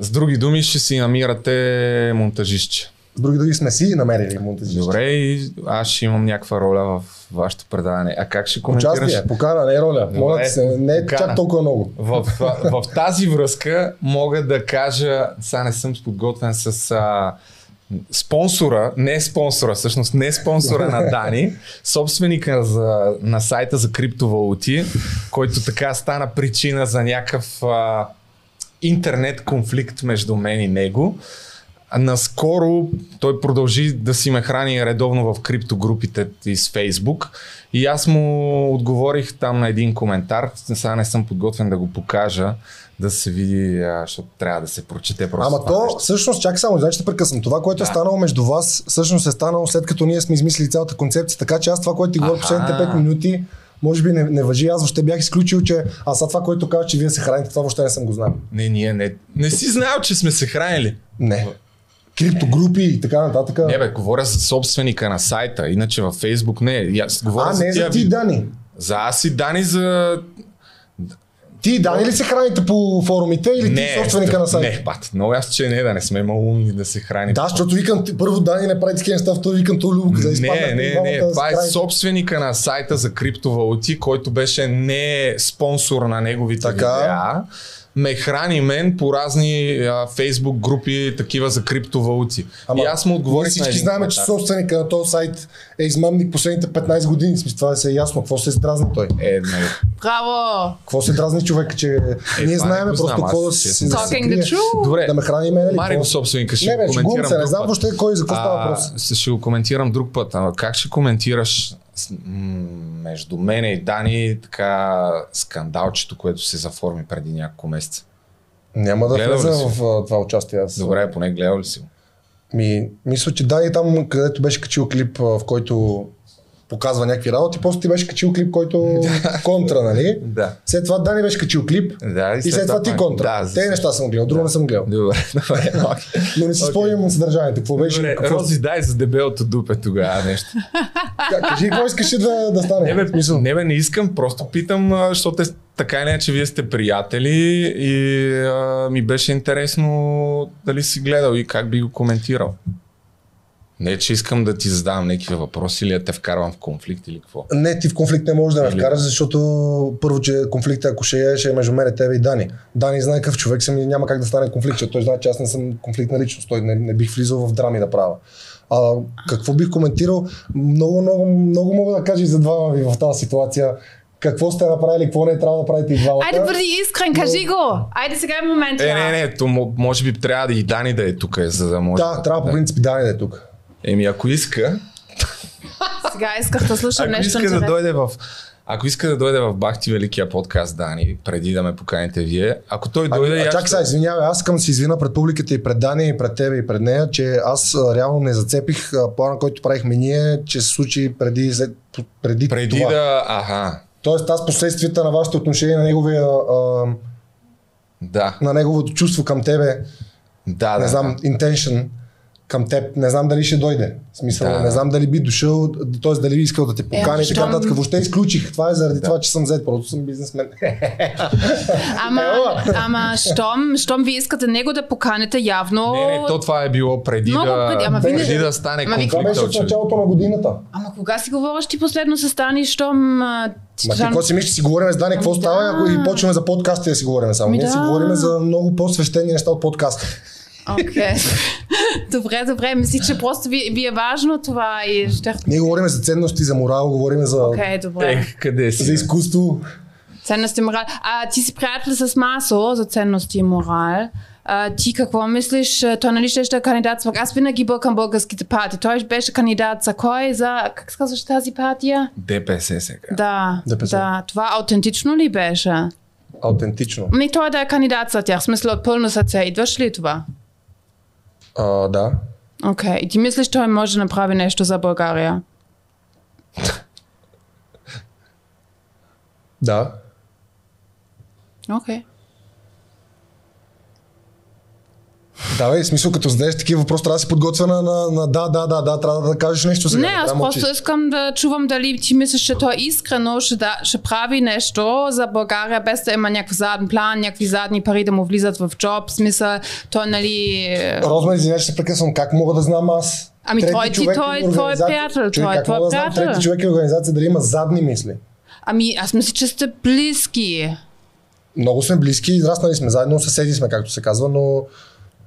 [SPEAKER 1] С други думи ще си намирате монтажистче.
[SPEAKER 4] с други други сме си намерили монтажист.
[SPEAKER 1] Добре, и аз ще имам някаква роля в вашето предаване. А как ще коментираш?
[SPEAKER 4] Участие, покана, не е роля.
[SPEAKER 1] Добре,
[SPEAKER 4] Моля ти се, не е
[SPEAKER 1] покана.
[SPEAKER 4] чак толкова много.
[SPEAKER 1] В, в, в тази връзка мога да кажа, сега не съм подготвен с а, спонсора, не спонсора, всъщност не спонсора на Дани, собственика за, на сайта за криптовалути, който така стана причина за някакъв а, интернет конфликт между мен и него. А Наскоро той продължи да си ме храни редовно в криптогрупите из Фейсбук и аз му отговорих там на един коментар. Сега не съм подготвен да го покажа, да се види, а, защото трябва да се прочете просто.
[SPEAKER 4] Ама
[SPEAKER 1] това
[SPEAKER 4] то,
[SPEAKER 1] нещо.
[SPEAKER 4] всъщност, чак само, значи ще прекъсвам. Това, което е станало между вас, всъщност е станало след като ние сме измислили цялата концепция. Така че аз това, което ти говоря
[SPEAKER 1] Аха.
[SPEAKER 4] последните 5 минути, може би не, не въжи. Аз въобще бях изключил, че а сега това, което казваш, че вие се храните, това въобще не съм го знал.
[SPEAKER 1] Не, ние не. Не си знал, че сме се хранили.
[SPEAKER 4] Не. Криптогрупи и така нататък.
[SPEAKER 1] Не, бе, говоря за собственика на сайта, иначе във Фейсбук не. И Аз говоря
[SPEAKER 4] а, не
[SPEAKER 1] тия
[SPEAKER 4] за ти,
[SPEAKER 1] ви-
[SPEAKER 4] Дани.
[SPEAKER 1] За аз и Дани за
[SPEAKER 4] Ти и Дани ли се храните по форумите или ти собственика на сайта?
[SPEAKER 1] Не, бат, много аз, че не, да не сме малумни да се храним.
[SPEAKER 4] Да, защото викам, ти- първо Дани не прави такива неща, второ викам е то Любо, да
[SPEAKER 1] не,
[SPEAKER 4] изпаднат и
[SPEAKER 1] не,
[SPEAKER 4] двамата
[SPEAKER 1] не,
[SPEAKER 4] да се
[SPEAKER 1] това е
[SPEAKER 4] храните.
[SPEAKER 1] собственика на сайта за криптовалути, който беше не спонсор на неговите
[SPEAKER 4] Така.
[SPEAKER 1] видеа. Ме храни мен по разни а, фейсбук групи, такива за криптовалути.
[SPEAKER 4] Ама,
[SPEAKER 1] и аз му отговорих
[SPEAKER 4] Ние
[SPEAKER 1] на
[SPEAKER 4] всички
[SPEAKER 1] един
[SPEAKER 4] знаем, че
[SPEAKER 1] коментар.
[SPEAKER 4] собственика на този сайт е измамник последните 15 години. В Смисъл, това се е ясно. Какво се дразни той?
[SPEAKER 1] Е, нали,
[SPEAKER 2] Браво!
[SPEAKER 4] Какво се дразни човек, че ние
[SPEAKER 1] това не
[SPEAKER 4] знаем
[SPEAKER 1] го
[SPEAKER 4] просто
[SPEAKER 1] знам,
[SPEAKER 4] какво
[SPEAKER 1] аз
[SPEAKER 4] да
[SPEAKER 1] честно.
[SPEAKER 4] си да се
[SPEAKER 2] Talking the
[SPEAKER 4] крие.
[SPEAKER 2] truth!
[SPEAKER 1] Добре,
[SPEAKER 4] Да ме храни мен, нали?
[SPEAKER 1] Мари го
[SPEAKER 4] Какво?
[SPEAKER 1] собственика, ще
[SPEAKER 4] Не, бе,
[SPEAKER 1] го
[SPEAKER 4] шегувам
[SPEAKER 1] коментирам
[SPEAKER 4] се, не
[SPEAKER 1] друг
[SPEAKER 4] знам
[SPEAKER 1] път.
[SPEAKER 4] въобще кой за какво става
[SPEAKER 1] А,
[SPEAKER 4] въпрос.
[SPEAKER 1] с- ще го коментирам друг път. Ама как ще коментираш с- м, между мене и Дани така скандалчето, което се заформи преди няколко месеца?
[SPEAKER 4] Няма да
[SPEAKER 1] Гледал ли
[SPEAKER 4] влеза
[SPEAKER 1] си?
[SPEAKER 4] в а, това участие аз.
[SPEAKER 1] Добре, поне гледал ли си го?
[SPEAKER 4] Ми, мисля, че Дани там, където беше качил клип, а, в който показва някакви работи, после ти беше качил клип, който контра, нали?
[SPEAKER 1] Да.
[SPEAKER 4] След това Дани беше качил клип
[SPEAKER 1] Да,
[SPEAKER 4] и след това ти контра.
[SPEAKER 1] Да, за-
[SPEAKER 4] Те неща съм гледал, друго не съм гледал.
[SPEAKER 1] Добре, добре. окей.
[SPEAKER 4] Но не си спомням съдържанието. Какво беше?
[SPEAKER 1] Добре,
[SPEAKER 4] Какво
[SPEAKER 1] Рози, дай за дебелото дупе тогава нещо.
[SPEAKER 4] Как- Кажи какво искаш да, да стане.
[SPEAKER 1] Не бе, не, бе, не искам, просто питам, а, защото е, така или иначе вие сте приятели и а, ми беше интересно дали си гледал и как би го коментирал. Не, че искам да ти задавам някакви въпроси или да те вкарвам в конфликт или какво.
[SPEAKER 4] Не, ти в конфликт не можеш да ме
[SPEAKER 1] Или-
[SPEAKER 4] вкараш, защото първо, че конфликта, ако ще е, ще е между мен, тебе и Дани. Дани знае какъв човек съм и няма как да стане конфликт, защото той знае, че аз не съм конфликтна личност. Той не, не бих влизал в драми да правя. А, какво бих коментирал? Много, много, много мога да кажа и за двама ви в тази ситуация. Какво сте направили, какво не е трябва да правите и двамата.
[SPEAKER 2] Айде бъди искрен, кажи го! Айде сега е момент.
[SPEAKER 1] Е, не, не, то мо- може би трябва да и Дани да е тук, за да може.
[SPEAKER 4] Да, трябва по принцип Дани да е тук.
[SPEAKER 1] Еми, ако иска,
[SPEAKER 2] Сега исках да слушам
[SPEAKER 1] ако
[SPEAKER 2] нещо
[SPEAKER 1] иска да
[SPEAKER 2] интересно.
[SPEAKER 1] дойде в... Ако иска да дойде в Бахти Великия подкаст, Дани, преди да ме поканите вие, ако той
[SPEAKER 4] А,
[SPEAKER 1] дойде... и
[SPEAKER 4] Ами, а
[SPEAKER 1] аз
[SPEAKER 4] чак
[SPEAKER 1] ще-
[SPEAKER 4] сега, извинявай, аз искам да се извина пред публиката и пред Дани, и пред тебе и пред нея, че аз а, реално не зацепих а, плана, който правихме ние, че се случи преди, след- преди,
[SPEAKER 1] Преди
[SPEAKER 4] това.
[SPEAKER 1] да... Аха,
[SPEAKER 4] Тоест аз последствията на вашето отношение, на, неговия, а,
[SPEAKER 1] да.
[SPEAKER 4] на неговото чувство към тебе,
[SPEAKER 1] Да,
[SPEAKER 4] не
[SPEAKER 1] да,
[SPEAKER 4] знам,
[SPEAKER 1] да.
[SPEAKER 4] intention към теб, не знам дали ще дойде. В смисъл,
[SPEAKER 1] Да.
[SPEAKER 4] не знам дали би дошъл, т.е. дали би искал да те покани и
[SPEAKER 2] щом-
[SPEAKER 4] така нататък. Въобще изключих. Това е заради това, че съм взет, просто съм бизнесмен.
[SPEAKER 1] Е,
[SPEAKER 2] Ама,
[SPEAKER 4] Ела.
[SPEAKER 2] ама, щом, щом ви искате него да поканите явно...
[SPEAKER 1] Не, не, то това е било преди,
[SPEAKER 2] Много
[SPEAKER 1] да,
[SPEAKER 2] преди, ама
[SPEAKER 1] преди
[SPEAKER 2] винаги-
[SPEAKER 1] да стане
[SPEAKER 2] Ама ви-
[SPEAKER 4] Това
[SPEAKER 1] конфликт.
[SPEAKER 4] беше в
[SPEAKER 1] очевидно.
[SPEAKER 4] началото на годината.
[SPEAKER 2] Ама кога си говориш ти последно с Тани, щом а,
[SPEAKER 4] Ма ти
[SPEAKER 2] Жан-
[SPEAKER 4] какво си мислиш, че си говорим с Дани, какво
[SPEAKER 2] Ами
[SPEAKER 4] става
[SPEAKER 2] да.
[SPEAKER 4] ако и почваме за подкасти да си говорим само.
[SPEAKER 2] Ами
[SPEAKER 4] Ние си
[SPEAKER 2] да.
[SPEAKER 4] говорим за много по-свещени неща от подкаста.
[SPEAKER 2] Окей. добре, добре. Мислих, че просто ви, ви е важно това и ще...
[SPEAKER 4] Ние говорим за ценности, за морал, говорим за,
[SPEAKER 2] Окей, добре.
[SPEAKER 1] Ех, Е, къде
[SPEAKER 4] за
[SPEAKER 1] си?
[SPEAKER 4] изкуство.
[SPEAKER 2] Ценности и морал. А, ти си приятел с Масо за ценности и морал. А, ти какво мислиш, а, той нали ще ще е кандидат за... Аз винаги бъркам българските партии. Той беше кандидат за кой? За... Как се казваше тази партия?
[SPEAKER 1] ДПС сега.
[SPEAKER 2] Да,
[SPEAKER 4] ДПС.
[SPEAKER 2] да. Това аутентично ли беше?
[SPEAKER 4] Аутентично.
[SPEAKER 2] Ми той да е кандидат за тях. В смисъл от пълно сърце. Идваш ли това?
[SPEAKER 4] А, да.
[SPEAKER 2] Окей. И ти мислиш, той може да направи нещо за България?
[SPEAKER 4] Да.
[SPEAKER 2] Окей.
[SPEAKER 4] Давай, в смисъл, като зададеш такива въпроси, трябва да си подготвена на, на да, да, да, да, трябва да кажеш нещо сега.
[SPEAKER 2] Не,
[SPEAKER 4] да
[SPEAKER 2] аз
[SPEAKER 4] трябва да мълчиш.
[SPEAKER 2] просто искам да чувам дали ти мислиш, че той искрено ще, да, ще прави нещо за България, без да има някакъв заден план, някакви задни пари да му влизат в джоб, в смисъл, той нали... е,
[SPEAKER 4] Розма, извинявай, че се прекъсвам. Как мога да знам аз?
[SPEAKER 2] Ами
[SPEAKER 4] Трети
[SPEAKER 2] той ти-
[SPEAKER 4] човек
[SPEAKER 2] той- той
[SPEAKER 4] в
[SPEAKER 2] е
[SPEAKER 4] организация-
[SPEAKER 2] приятел,
[SPEAKER 4] Човек,
[SPEAKER 2] той е
[SPEAKER 4] как
[SPEAKER 2] твой
[SPEAKER 4] мога да знам
[SPEAKER 2] приятел.
[SPEAKER 4] трети човек и организация дали има задни мисли?
[SPEAKER 2] Ами аз мисля, че сте близки.
[SPEAKER 4] Много сме близки, израснали сме заедно, съседи сме, както се казва, но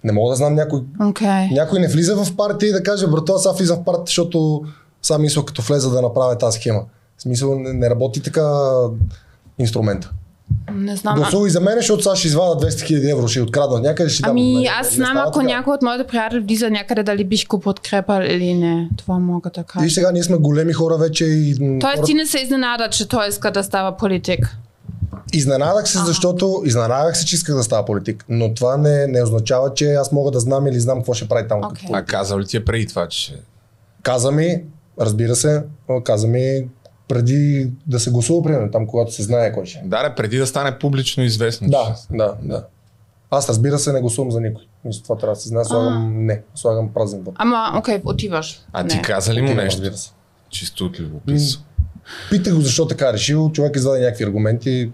[SPEAKER 4] не мога да знам някой.
[SPEAKER 2] Окей. Okay.
[SPEAKER 4] Някой не влиза в партия и да каже, брато, аз сега влизам в партия, защото сам мисля, като влеза да направя тази схема. В смисъл, не, не работи така инструмента.
[SPEAKER 2] Не знам. а-
[SPEAKER 4] Гласувай за мен, защото сега ще извада 200 000 евро, ще открадна от някъде, ще дам. от
[SPEAKER 2] Ами
[SPEAKER 4] мен.
[SPEAKER 2] аз
[SPEAKER 4] Не
[SPEAKER 2] знам,
[SPEAKER 4] става
[SPEAKER 2] ако
[SPEAKER 4] така.
[SPEAKER 2] някой от моите приятели влиза някъде, дали бих го подкрепал или не. Това мога да
[SPEAKER 4] Виж
[SPEAKER 2] кажа.
[SPEAKER 4] сега, ние сме големи хора вече и... м,
[SPEAKER 2] Тоест
[SPEAKER 4] хората-
[SPEAKER 2] ти не се изненада, че той иска да става политик.
[SPEAKER 4] Изненадах се, защото изненадах се, че исках да става политик. Но това не, не означава, че аз мога да знам или знам какво ще прави там.
[SPEAKER 2] Окей.
[SPEAKER 1] А казал ли ти е преди това, че...
[SPEAKER 4] Каза ми, разбира се, каза ми преди да се гласува, примерно, там, когато се знае кой ще. е.
[SPEAKER 1] Да, не, преди да стане публично известно. че
[SPEAKER 4] Да,
[SPEAKER 1] ще-
[SPEAKER 4] да, да. Аз разбира се не гласувам за никой. Мисля, това трябва да се знае. Слагам не, слагам празен вот.
[SPEAKER 2] Ама, окей, отиваш.
[SPEAKER 1] А ти
[SPEAKER 2] Не.
[SPEAKER 1] каза ли му
[SPEAKER 4] Отивам,
[SPEAKER 1] нещо?
[SPEAKER 4] Е, разбира се.
[SPEAKER 1] Чисто от любопитство.
[SPEAKER 4] Питах го защо така е решил, човек издаде някакви аргументи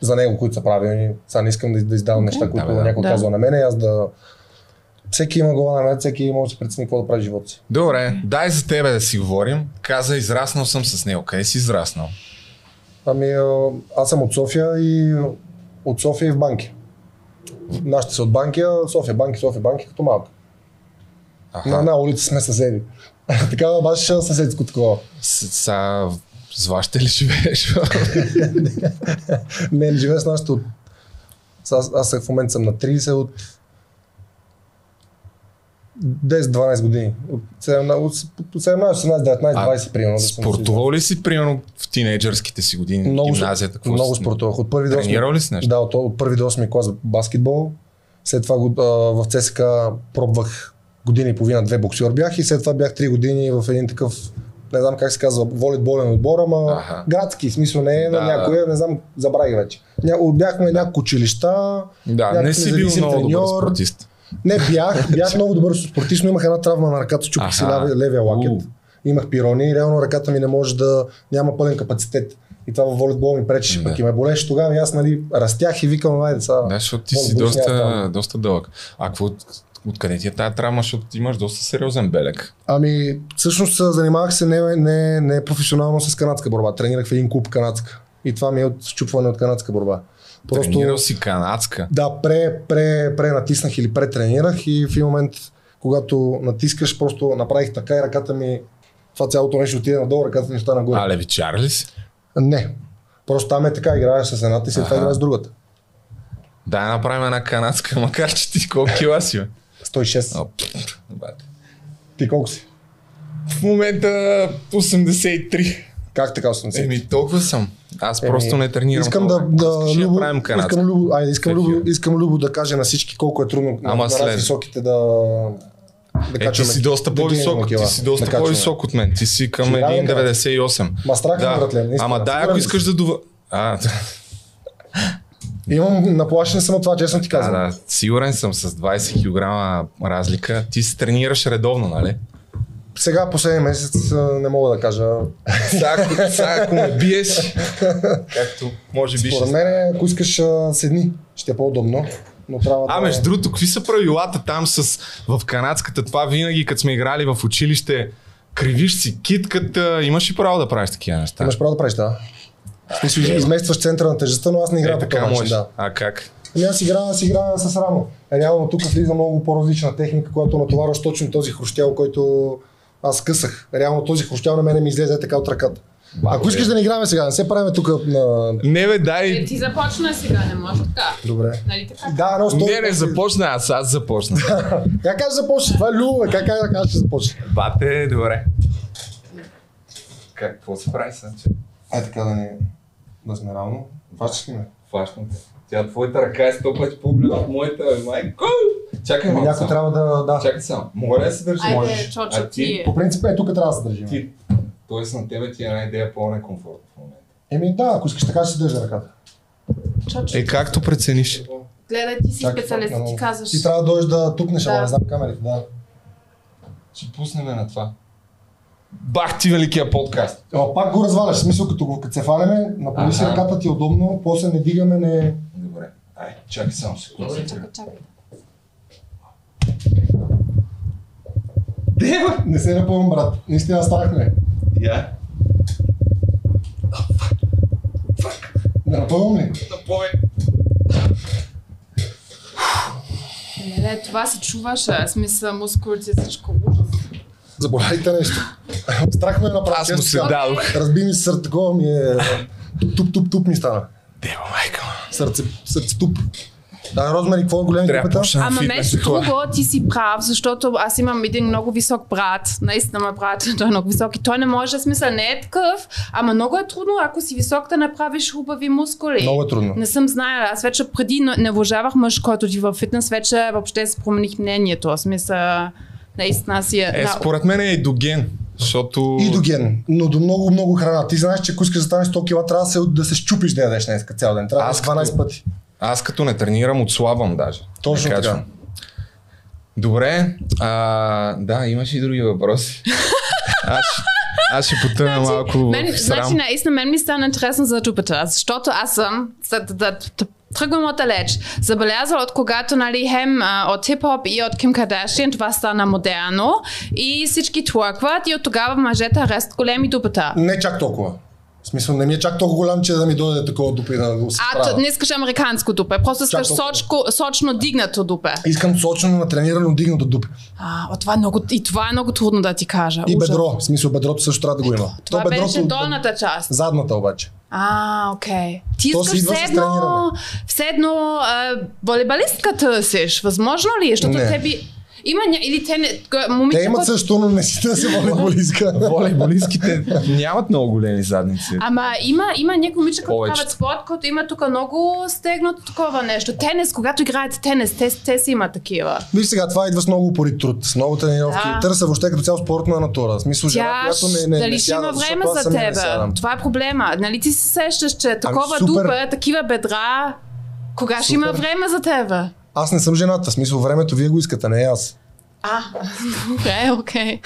[SPEAKER 4] за него, които са правилни. Сега не искам да, да издавам неща, които
[SPEAKER 1] Да, бе, да.
[SPEAKER 4] някой
[SPEAKER 2] Да.
[SPEAKER 4] казва на мен, аз да... Всеки има глава на мен, всеки може да се прецени какво да прави в живота си.
[SPEAKER 1] Добре, дай за тебе да си говорим. Каза, израснал съм с него. Къде си израснал?
[SPEAKER 4] Ами, а, аз съм от София и от София и в банки. Нашите са от банки, а София банки, София банки като малка.
[SPEAKER 1] Аха.
[SPEAKER 4] На една улица сме съседи. Такава баш съседско такова.
[SPEAKER 1] С- Са, с вашите ли живееш?
[SPEAKER 4] Не, не живея с нашите от... с- Аз, аз в момента съм на 30 от 10-12 години. От 17, от 17, 18, 19,
[SPEAKER 1] А,
[SPEAKER 4] 20 примерно. да съм
[SPEAKER 1] Спортувал ли си, примерно, в тинейджърските си години?
[SPEAKER 4] Много,
[SPEAKER 1] гимназията, какво
[SPEAKER 4] много
[SPEAKER 1] си-
[SPEAKER 4] спортувах. От първи до осми-
[SPEAKER 1] Тренирал ли си нещо?
[SPEAKER 4] Да, от, от първи до 8 клас баскетбол. След това го- а, в ЦСК пробвах година и половина, две боксер бях и след това бях 3 години в един такъв не знам как се казва, волейболен отбор, ама
[SPEAKER 1] Аха.
[SPEAKER 4] градски, в смисъл не е
[SPEAKER 1] Да,
[SPEAKER 4] на някоя, не знам, забравих вече. Ня, бяхме няколко училища,
[SPEAKER 1] Да, не
[SPEAKER 4] някакъв
[SPEAKER 1] си бил
[SPEAKER 4] независим
[SPEAKER 1] много добър
[SPEAKER 4] треньор.
[SPEAKER 1] спортист.
[SPEAKER 4] Не, бях, бях много добър спортист, но имах една травма на ръката, чупих си
[SPEAKER 1] Аха.
[SPEAKER 4] левия, левия лакет.
[SPEAKER 1] У.
[SPEAKER 4] Имах пирони и реално ръката ми не може да няма пълен капацитет. И това във волейбол ми пречеше, пък
[SPEAKER 1] Да.
[SPEAKER 4] и ме болеше тогава и аз нали, растях и викам, айде сега.
[SPEAKER 1] Да, защото ти си
[SPEAKER 4] волейбол няма да
[SPEAKER 1] доста,
[SPEAKER 4] стане».
[SPEAKER 1] доста дълъг. А какво, от- откъде ти е тая травма, защото ти имаш доста сериозен белек?
[SPEAKER 4] Ами, всъщност занимавах се не, не, не професионално с канадска борба. Тренирах в един клуб канадска. И това ми е от счупване от канадска борба.
[SPEAKER 1] Просто... Тренирал си канадска.
[SPEAKER 4] Да, пре, пре, пренатиснах или претренирах и в един момент, когато натискаш, просто направих така и ръката ми, това цялото нещо отиде надолу, ръката ми остана нагоре.
[SPEAKER 1] А, левичар ли си?
[SPEAKER 4] Не. Просто там е така, играеш с едната и след това
[SPEAKER 1] Аха.
[SPEAKER 4] играеш с другата.
[SPEAKER 1] Да, я направим една канадска, макар че ти колко кила си, бе?
[SPEAKER 4] 106.
[SPEAKER 1] О, пф, бате.
[SPEAKER 4] Ти колко си?
[SPEAKER 1] В момента 83.
[SPEAKER 4] Как така 80?
[SPEAKER 1] Еми, толкова съм. Аз
[SPEAKER 4] Еми,
[SPEAKER 1] просто не тренирам.
[SPEAKER 4] Искам да,
[SPEAKER 1] толкова.
[SPEAKER 4] да,
[SPEAKER 1] Искаш ли
[SPEAKER 4] любо,
[SPEAKER 1] правим канадска.
[SPEAKER 4] искам, любо, айде, искам,
[SPEAKER 1] Такива.
[SPEAKER 4] любо, искам любо да кажа на всички колко е трудно на-
[SPEAKER 1] Ама
[SPEAKER 4] на,
[SPEAKER 1] след.
[SPEAKER 4] нас високите да, да
[SPEAKER 1] Е, ти
[SPEAKER 4] качваме-
[SPEAKER 1] си доста
[SPEAKER 4] да
[SPEAKER 1] по-висок,
[SPEAKER 4] дигаме
[SPEAKER 1] ти
[SPEAKER 4] кила,
[SPEAKER 1] си доста
[SPEAKER 4] да качваме.
[SPEAKER 1] по-висок от мен. Ти си към
[SPEAKER 4] Ще дадем
[SPEAKER 1] 1,98.
[SPEAKER 4] Ма страх ме, братле, наистина. е.
[SPEAKER 1] Ама да, ако
[SPEAKER 4] Сигурен
[SPEAKER 1] искаш да дова... А, да,
[SPEAKER 4] Имам наплашен съм от това, честно ти
[SPEAKER 1] да,
[SPEAKER 4] казвам.
[SPEAKER 1] да, сигурен съм с 20 кг разлика. Ти се тренираш редовно, нали?
[SPEAKER 4] Сега последния месец а, не мога да кажа.
[SPEAKER 1] Сега, сега ако ме биеш, както може би
[SPEAKER 4] Според
[SPEAKER 1] ще...
[SPEAKER 4] мен, ако искаш а, седни, ще е по-удобно. Но трябва
[SPEAKER 1] А,
[SPEAKER 4] да...
[SPEAKER 1] между другото, какви са правилата там с... в канадската? Това винаги, като сме играли в училище, кривиш си китката, имаш ли право да правиш такива неща?
[SPEAKER 4] Имаш право да правиш, да. В смисъл, изместваш центъра на тежестта, но аз не играя
[SPEAKER 1] Е,
[SPEAKER 4] по
[SPEAKER 1] така
[SPEAKER 4] този начин.
[SPEAKER 1] можеш.
[SPEAKER 4] Да.
[SPEAKER 1] А как?
[SPEAKER 4] Ами аз играя, аз играя с рамо. Реално тук влиза много по-различна техника, която натоварваш точно този хрущял, който аз късах. Реално този хрущял на мене ми излезе е така от ръката. Ако искаш да не играме сега, не се правиме тук на...
[SPEAKER 1] Не бе,
[SPEAKER 2] Е,
[SPEAKER 1] дай.
[SPEAKER 2] ти започна сега, не може така.
[SPEAKER 4] Добре.
[SPEAKER 2] Нали така?
[SPEAKER 4] Да, но стой.
[SPEAKER 1] Не, не започна, аз, аз започна.
[SPEAKER 4] Как аз започна? Това е любо, бе. как аз- аз ще започна?
[SPEAKER 1] Бате, добре. Как, какво се прави, Санче?
[SPEAKER 4] Е, така да не... Да сме равно. Фащаш ли ме?
[SPEAKER 1] Фащам те. Тя твоята ръка е сто пъти по-голяма от моята, бе, майко! Чакай малко
[SPEAKER 4] Е, Някой
[SPEAKER 1] само.
[SPEAKER 4] трябва да... да.
[SPEAKER 1] Чакай само. Мога ли да се държи?
[SPEAKER 2] Айде,
[SPEAKER 1] Можеш.
[SPEAKER 2] Чочо,
[SPEAKER 1] а
[SPEAKER 2] ти
[SPEAKER 1] ти,
[SPEAKER 2] е.
[SPEAKER 4] По принцип е, тук трябва да се държим.
[SPEAKER 1] ти, Тоест на тебе ти е една идея по-некомфортна в момента.
[SPEAKER 4] Еми да, ако искаш така ще се държа ръката.
[SPEAKER 2] Чочо,
[SPEAKER 1] Е, както прецениш.
[SPEAKER 2] гледай, ти си
[SPEAKER 4] Чакай,
[SPEAKER 2] специалист,
[SPEAKER 4] много.
[SPEAKER 2] ти казваш.
[SPEAKER 4] Ти трябва да дойдеш да тупнеш, ама
[SPEAKER 2] Да.
[SPEAKER 4] не знам камерите, да.
[SPEAKER 1] Ще пуснем на това. Бах ти великия подкаст.
[SPEAKER 4] Ама пак го разваляш, в смисъл като го като се фанеме, направи си
[SPEAKER 1] Аха.
[SPEAKER 4] ръката ти е удобно, после не дигаме, не...
[SPEAKER 1] Добре. Ай, чакай само секунда.
[SPEAKER 2] Добре, чакай, чакай.
[SPEAKER 1] Дева!
[SPEAKER 4] Не се напълвам, брат. Наистина е. страхме.
[SPEAKER 1] Я.
[SPEAKER 4] Да напълвам ли?
[SPEAKER 1] Напой.
[SPEAKER 2] Леле, Е, това се чуваше, в смисъл мускулите, всичко ужас.
[SPEAKER 4] Забравяйте нещо. Страх ме направи.
[SPEAKER 1] Аз му
[SPEAKER 4] честно
[SPEAKER 1] се
[SPEAKER 4] казвам.
[SPEAKER 1] дадох.
[SPEAKER 4] Разби ми се сърце, такова ми е... Туп-туп-туп ми стана.
[SPEAKER 1] Дева, майка.
[SPEAKER 4] Сърце, сърце туп. Да, Розмари, какво е големи
[SPEAKER 1] Трябва да
[SPEAKER 4] купета?
[SPEAKER 1] почна на
[SPEAKER 2] Ама
[SPEAKER 1] фитнес.
[SPEAKER 2] нещо
[SPEAKER 1] хора.
[SPEAKER 2] друго, ти си прав, защото аз имам един много висок брат, наистина ме брат, той е много висок и той не може, в смисъл не е такъв, ама много е трудно, ако си висок да направиш хубави мускули.
[SPEAKER 4] Много е трудно.
[SPEAKER 2] Не съм знаела, аз вече преди не- не уважавах мъж, който ти във фитнес, вече въобще си промених мнението, в смисъл наистина си е...
[SPEAKER 1] Е,
[SPEAKER 2] на-
[SPEAKER 1] според мен е и доген, защото...
[SPEAKER 4] И до ген, но до много, много храна. Ти знаеш, че ако искаш да станеш 100 кг, трябва да се, да се щупиш да ядеш днес цял ден. Трябва
[SPEAKER 1] Аз
[SPEAKER 4] Аз 12
[SPEAKER 1] като-
[SPEAKER 4] пъти.
[SPEAKER 1] Аз като не тренирам, отслабвам даже.
[SPEAKER 4] Точно
[SPEAKER 1] Не
[SPEAKER 4] така.
[SPEAKER 1] качвам. Добре, а, да, имаш и други въпроси. аз, аз ще потъна малко
[SPEAKER 2] Мен,
[SPEAKER 1] в срам.
[SPEAKER 2] значи, наистина, мен ми стана интересно за дупата, защото аз съм, за, да, да, да, тръгвам от далеч, забелязала от когато, нали, хем а, от хип-хоп и от Ким Кардашиан, това стана модерно и всички твъркват и от тогава мъжете харесват големи дупата.
[SPEAKER 4] Не чак толкова. В смисъл, не ми е чак толкова голям, че да ми дойде такова дупи да го се
[SPEAKER 2] А,
[SPEAKER 4] справя.
[SPEAKER 2] т- не искаш американско дупе, просто искаш
[SPEAKER 4] толкова.
[SPEAKER 2] сочко, сочно дигнато дупе.
[SPEAKER 4] Искам сочно, натренирано, дигнато дупе.
[SPEAKER 2] А, о, това е много, и това е много трудно да ти кажа.
[SPEAKER 4] И
[SPEAKER 2] Ужас.
[SPEAKER 4] бедро. В смисъл, бедрото също трябва да го има.
[SPEAKER 2] Това
[SPEAKER 4] То
[SPEAKER 2] беше
[SPEAKER 4] бедрото-
[SPEAKER 2] долната част.
[SPEAKER 4] Задната обаче.
[SPEAKER 2] А, окей. Ти
[SPEAKER 4] То си
[SPEAKER 2] искаш
[SPEAKER 4] идва
[SPEAKER 2] все
[SPEAKER 4] с
[SPEAKER 2] едно,
[SPEAKER 4] трениране.
[SPEAKER 2] все едно а, волейбалистка търсиш. Възможно ли? е? Защото
[SPEAKER 4] Не.
[SPEAKER 2] те би... Има ня... или те не... г- Момиче,
[SPEAKER 4] Те имат
[SPEAKER 2] които-
[SPEAKER 4] също, но не си да се волейболистка.
[SPEAKER 1] Волейболистките нямат много големи задници.
[SPEAKER 2] Ама има, има някои момиче, които
[SPEAKER 1] Повечето.
[SPEAKER 2] правят спорт, който има тук много стегнато такова нещо. Тенис, когато играете тенис, те, те си имат такива.
[SPEAKER 4] Виж сега, това идва с много упорит труд, с много тренировки.
[SPEAKER 2] Да.
[SPEAKER 4] Търся въобще като цяло спортна натура. В смисъл, жена,
[SPEAKER 2] Тя,
[SPEAKER 4] която не, не,
[SPEAKER 2] дали
[SPEAKER 4] не
[SPEAKER 2] ще
[SPEAKER 4] сяда,
[SPEAKER 2] има
[SPEAKER 4] защото
[SPEAKER 2] време
[SPEAKER 4] аз
[SPEAKER 2] за
[SPEAKER 4] самия не
[SPEAKER 2] тебе?
[SPEAKER 4] сядам. Ами
[SPEAKER 2] Това е проблема. Нали ти се сещаш, че такова
[SPEAKER 4] супер.
[SPEAKER 2] дупе, такива бедра, кога ще има
[SPEAKER 4] Супер.
[SPEAKER 2] време за тебе?
[SPEAKER 4] Аз не съм жената, в смисъл времето вие го искате, не аз.
[SPEAKER 2] А, добре, окей.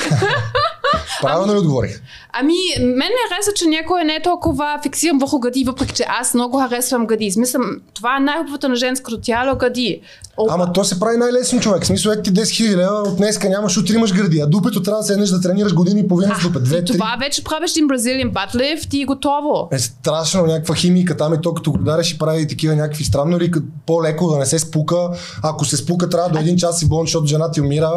[SPEAKER 4] Правилно ли отговорих?
[SPEAKER 2] Ами, мен ме хареса, че някой не е толкова фиксиран върху гъди, въпреки че аз много харесвам гъди. Смисъл, това е най-хубавото на женското тяло гъди. О,
[SPEAKER 4] Ама то се прави най-лесно човек. В смисъл, ето ти 10 000 лева, от днеска нямаш, утре имаш гърди. А дупето трябва да седнеш да тренираш години и половина с дупе. Две,
[SPEAKER 2] и
[SPEAKER 4] е три.
[SPEAKER 2] това вече правиш един бразилиан батлифт и готово.
[SPEAKER 4] Е страшно някаква химика там и то като го дареш и прави такива някакви странно или като по-леко да не се спука. Ако се спука трябва до един час си болен, защото жена ти умира.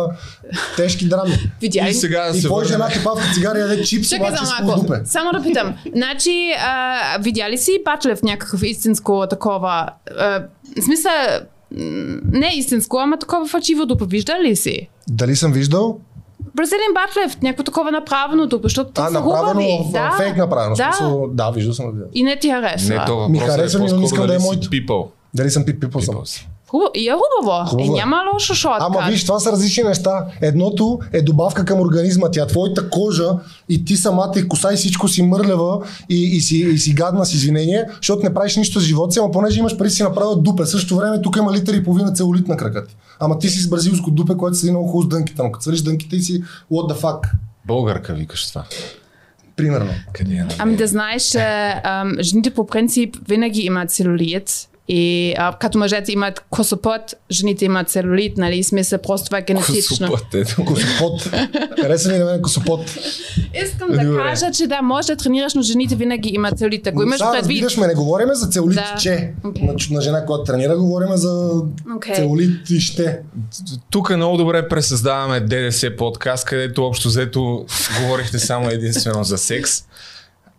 [SPEAKER 4] Тежки драми.
[SPEAKER 2] Видя
[SPEAKER 1] И
[SPEAKER 2] ли?
[SPEAKER 1] сега да
[SPEAKER 4] И
[SPEAKER 1] се
[SPEAKER 4] твоя жена
[SPEAKER 1] върнем.
[SPEAKER 4] ти павка цигари, яде чипс,
[SPEAKER 2] Чакай
[SPEAKER 4] обаче
[SPEAKER 2] за
[SPEAKER 4] с
[SPEAKER 2] малко.
[SPEAKER 4] дупе.
[SPEAKER 2] Само да питам. Значи, а, видя ли си батлев някакъв истинско такова? А, в смисъл, м, не истинско, ама такова фалшиво дупе. Вижда ли си?
[SPEAKER 4] Дали съм виждал?
[SPEAKER 2] Бразилиан батлев, някакво такова направено дупе, защото те
[SPEAKER 4] А,
[SPEAKER 2] са
[SPEAKER 4] направено,
[SPEAKER 2] хубави.
[SPEAKER 4] в-
[SPEAKER 2] да.
[SPEAKER 4] фейк направено.
[SPEAKER 2] Да.
[SPEAKER 4] Да, смисъл, да виждал съм. да.
[SPEAKER 2] И не ти харесва.
[SPEAKER 1] Не, то
[SPEAKER 4] Ми
[SPEAKER 1] въпросът
[SPEAKER 4] хареса
[SPEAKER 1] е
[SPEAKER 4] ми, но не
[SPEAKER 1] по-скоро
[SPEAKER 4] искам да е
[SPEAKER 1] дали
[SPEAKER 4] моето.
[SPEAKER 1] си people.
[SPEAKER 4] Дали съм пип пипал съм.
[SPEAKER 1] People си.
[SPEAKER 2] Хубаво. И е хубаво.
[SPEAKER 4] Хубаво
[SPEAKER 2] е,
[SPEAKER 4] е.
[SPEAKER 2] няма лошо шорткат.
[SPEAKER 4] Ама виж, това са различни неща. Едното е добавка към организма. Тя твоята кожа и ти самата и коса и всичко си мърлева и, и, си, и си гадна с извинение, защото не правиш нищо с живота си, ама понеже имаш пари си направил дупе. Също време тук има литър и половина целулит на крака ти. Ама ти си с бразилско дупе, което седи много хубаво с дънките. Ама като свалиш дънките и си what the fuck.
[SPEAKER 1] Българка викаш това.
[SPEAKER 4] Примерно.
[SPEAKER 1] Къде е?
[SPEAKER 2] eh, Ами да знаеш, че ам, жените по принцип винаги имат целулит. И а, като мъжете имат косопот, жените имат целулит, нали? Смисъл просто това е генетично.
[SPEAKER 1] Косопът е.
[SPEAKER 4] Косопот. Хареса ми на мен косопот.
[SPEAKER 2] Искам да
[SPEAKER 4] Добре.
[SPEAKER 2] кажа, че да, може да тренираш, но жените винаги имат целулит. Ако имаш
[SPEAKER 4] Да,
[SPEAKER 2] предвид.
[SPEAKER 4] разбираш ме, не говориме за целулит,
[SPEAKER 2] Да.
[SPEAKER 4] че.
[SPEAKER 2] Окей.
[SPEAKER 4] На, на жена, която тренира, говориме за
[SPEAKER 2] Окей.
[SPEAKER 4] целулит и ще.
[SPEAKER 1] Тук е много добре пресъздаваме ДДС подкаст, където общо взето говорихте само единствено за секс.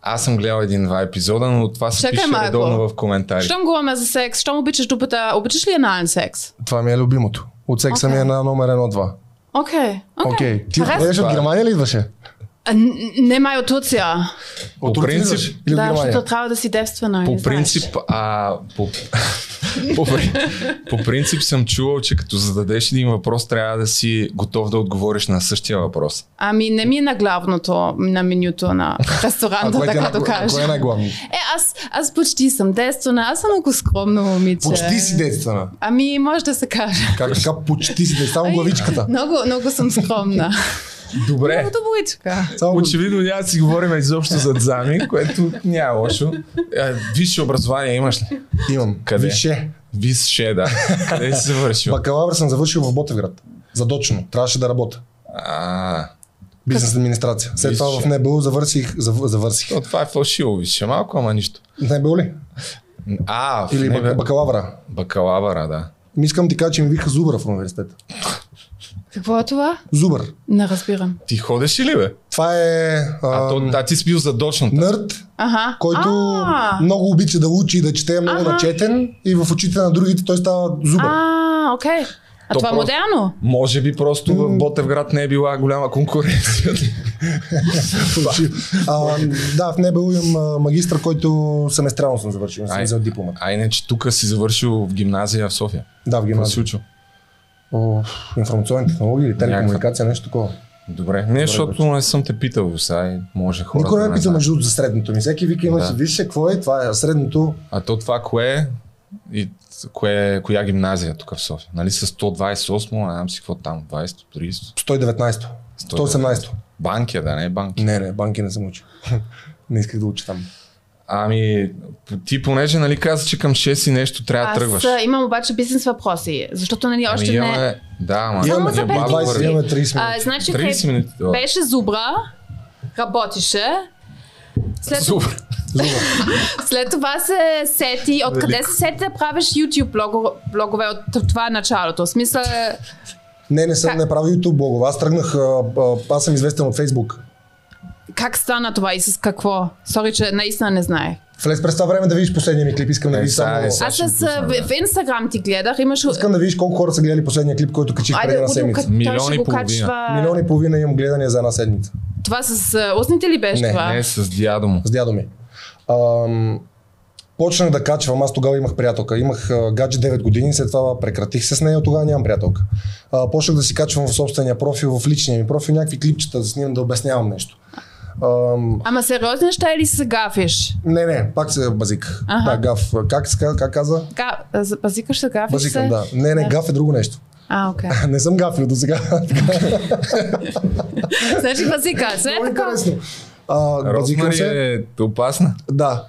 [SPEAKER 1] Аз съм гледал един-два епизода, но това се
[SPEAKER 2] Чакай
[SPEAKER 1] пише
[SPEAKER 2] малко.
[SPEAKER 1] редовно в коментари.
[SPEAKER 2] Щом говорим за секс, щом обичаш дупата, обичаш ли анален секс?
[SPEAKER 4] Това ми е любимото. От секса
[SPEAKER 2] Окей.
[SPEAKER 4] ми е на номер 1-2.
[SPEAKER 2] Окей.
[SPEAKER 4] Окей. Ти
[SPEAKER 2] Харесва.
[SPEAKER 4] ходеш от Германия ли идваше?
[SPEAKER 2] А, н- Не май от Турция.
[SPEAKER 1] По принцип,
[SPEAKER 4] Или от
[SPEAKER 2] Да,
[SPEAKER 4] Германия?
[SPEAKER 2] защото трябва да си девствена.
[SPEAKER 1] По
[SPEAKER 2] не знаеш.
[SPEAKER 1] принцип, а, по, по, при- по принцип съм чувал, че като зададеш един въпрос, трябва да си готов да отговориш на същия въпрос.
[SPEAKER 2] Ами не ми е на главното, на менюто на
[SPEAKER 4] А
[SPEAKER 2] ресторанта,
[SPEAKER 4] кое ти е
[SPEAKER 2] така да
[SPEAKER 4] най- а
[SPEAKER 2] кажа.
[SPEAKER 4] кое е най-главно?
[SPEAKER 2] Е, аз, аз почти съм действена, аз съм много скромно момиче.
[SPEAKER 4] Почти си детствена.
[SPEAKER 2] Ами може да се каже.
[SPEAKER 4] Как така почти си детствена? Само главичката.
[SPEAKER 2] Много, много съм скромна.
[SPEAKER 1] Добре.
[SPEAKER 2] Много добричка.
[SPEAKER 4] Само
[SPEAKER 1] Очевидно няма да си говорим изобщо за дзами, което няма лошо. А, Висше образование имаш ли?
[SPEAKER 4] имам.
[SPEAKER 1] Къде?
[SPEAKER 4] Висше.
[SPEAKER 1] Висше, да. Къде си завършил?
[SPEAKER 4] Бакалавър съм завършил в Ботевград. Задочно. Трябваше да работя.
[SPEAKER 1] А,
[SPEAKER 4] Бизнес администрация. След това в
[SPEAKER 1] Висше.
[SPEAKER 4] НБУ завърших. зав- завърших.
[SPEAKER 1] то това е фалшиво, висше малко, ама нищо.
[SPEAKER 4] Не бил ли?
[SPEAKER 1] А, в
[SPEAKER 4] Или
[SPEAKER 1] небе-
[SPEAKER 4] бак- бакалавра.
[SPEAKER 1] бакалавъра, да.
[SPEAKER 4] Ми Искам ти кажа, че ми виха зубър в университета.
[SPEAKER 2] Какво е това?
[SPEAKER 4] Зубър.
[SPEAKER 2] Не разбирам.
[SPEAKER 1] Ти ходеш ли, бе?
[SPEAKER 4] Това е
[SPEAKER 1] А, то,
[SPEAKER 4] а,
[SPEAKER 1] а ти си бил задочната.
[SPEAKER 4] нърд,
[SPEAKER 2] Аха.
[SPEAKER 4] който е
[SPEAKER 2] А,
[SPEAKER 4] много обича да учи и да чете, е много
[SPEAKER 2] Аха.
[SPEAKER 4] начетен и в очите на другите той става зубър.
[SPEAKER 2] а, окей. А
[SPEAKER 1] То
[SPEAKER 2] това е
[SPEAKER 1] просто-
[SPEAKER 2] модерно?
[SPEAKER 1] Може би просто в Ботевград не е била голяма конкуренция.
[SPEAKER 4] Фалшив. Значи, А, да, в НБУ имам а, магистър, който семестрално съм завършил, не съм
[SPEAKER 1] Ай.
[SPEAKER 4] взел дипломата.
[SPEAKER 1] а иначе тук си завършил в гимназия в София.
[SPEAKER 4] Да, в
[SPEAKER 1] Какво си
[SPEAKER 4] гимназия.
[SPEAKER 1] учил?
[SPEAKER 4] О, информационни технологии или телекомуникация, нещо такова.
[SPEAKER 1] Добре. Не, защото не съм те питал сега и може хора.
[SPEAKER 4] Никой не ме пита
[SPEAKER 1] знаят.
[SPEAKER 4] между другото за средното ми. Всеки вика има
[SPEAKER 1] Да.
[SPEAKER 4] си висше, какво е това? Е, средното
[SPEAKER 1] А то това кое е? И кое, е- коя гимназия тук в София? Нали с 128, не знам си какво там, 20, 30.
[SPEAKER 4] 119 118
[SPEAKER 1] Банкия, да не е банки.
[SPEAKER 4] Не, не, банки не съм учил. не исках да уча там.
[SPEAKER 1] Ами, ти понеже нали каза, че към 6 и нещо трябва да
[SPEAKER 2] Аз
[SPEAKER 1] тръгваш.
[SPEAKER 2] а, имам обаче бизнес въпроси, защото нали
[SPEAKER 1] Ами,
[SPEAKER 2] още не...
[SPEAKER 1] имаме... Да, ама...
[SPEAKER 2] Само за
[SPEAKER 1] ние
[SPEAKER 2] пет
[SPEAKER 1] бавно
[SPEAKER 2] минути.
[SPEAKER 1] вървим.
[SPEAKER 4] 20, имаме 30
[SPEAKER 2] А,
[SPEAKER 4] минути.
[SPEAKER 2] значи,
[SPEAKER 1] 30
[SPEAKER 2] 30
[SPEAKER 1] минути. да.
[SPEAKER 2] беше зубра, работише, след,
[SPEAKER 1] Супер.
[SPEAKER 2] след това се сети, откъде се сети да правиш YouTube блого- блогове от това е началото. В смисъл,
[SPEAKER 4] Не, не съм
[SPEAKER 2] Как?
[SPEAKER 4] не правил YouTube блогове. Аз тръгнах, а, а, аз съм известен от Facebook.
[SPEAKER 2] как стана това и с какво? Сори, че наистина не знае.
[SPEAKER 4] Влез през това време да видиш последния ми клип, искам да
[SPEAKER 1] Е,
[SPEAKER 4] видиш
[SPEAKER 1] сега
[SPEAKER 4] само...
[SPEAKER 1] е, сега.
[SPEAKER 2] Аз
[SPEAKER 1] ще
[SPEAKER 2] с,
[SPEAKER 1] пусна,
[SPEAKER 2] а, в, в Instagram ти гледах, имаш...
[SPEAKER 4] Искам да видиш колко хора са гледали последния клип, който качих преди
[SPEAKER 2] Айде,
[SPEAKER 4] една
[SPEAKER 2] Удо,
[SPEAKER 4] седмица.
[SPEAKER 2] как той
[SPEAKER 1] Милион
[SPEAKER 2] ще
[SPEAKER 1] и
[SPEAKER 2] го
[SPEAKER 1] половина.
[SPEAKER 2] качва...
[SPEAKER 4] Милион и половина имам гледания за една седмица.
[SPEAKER 2] Това с а, устните ли беше
[SPEAKER 4] Не, е.
[SPEAKER 2] това?
[SPEAKER 1] Не, Е, с дядо му.
[SPEAKER 4] С дядо ми. Ам, почнах да качвам, аз тогава имах приятелка. Имах а, гадже 9 години, след това прекратих се с нея, от тогава нямам приятелка. А, почнах да си качвам в собствения профил, в личния ми профил, някакви клипчета да снимам, да обяснявам нещо. Ам,
[SPEAKER 2] Ама сериозни неща или се гафиш?
[SPEAKER 4] не, не, пак се базик.
[SPEAKER 2] Аха.
[SPEAKER 4] Да, гав. Как, се ка- как каза?
[SPEAKER 2] Га... а, Базикаш се, гафиш се?
[SPEAKER 4] Базикам, да. Не, не, гав е друго нещо.
[SPEAKER 2] А, окей.
[SPEAKER 4] Не съм гафил до сега.
[SPEAKER 2] Значи базикаш, не
[SPEAKER 4] Много
[SPEAKER 2] е, така?
[SPEAKER 4] интересно. А, базикам
[SPEAKER 1] Розмари
[SPEAKER 4] се.
[SPEAKER 1] е опасна.
[SPEAKER 4] Да.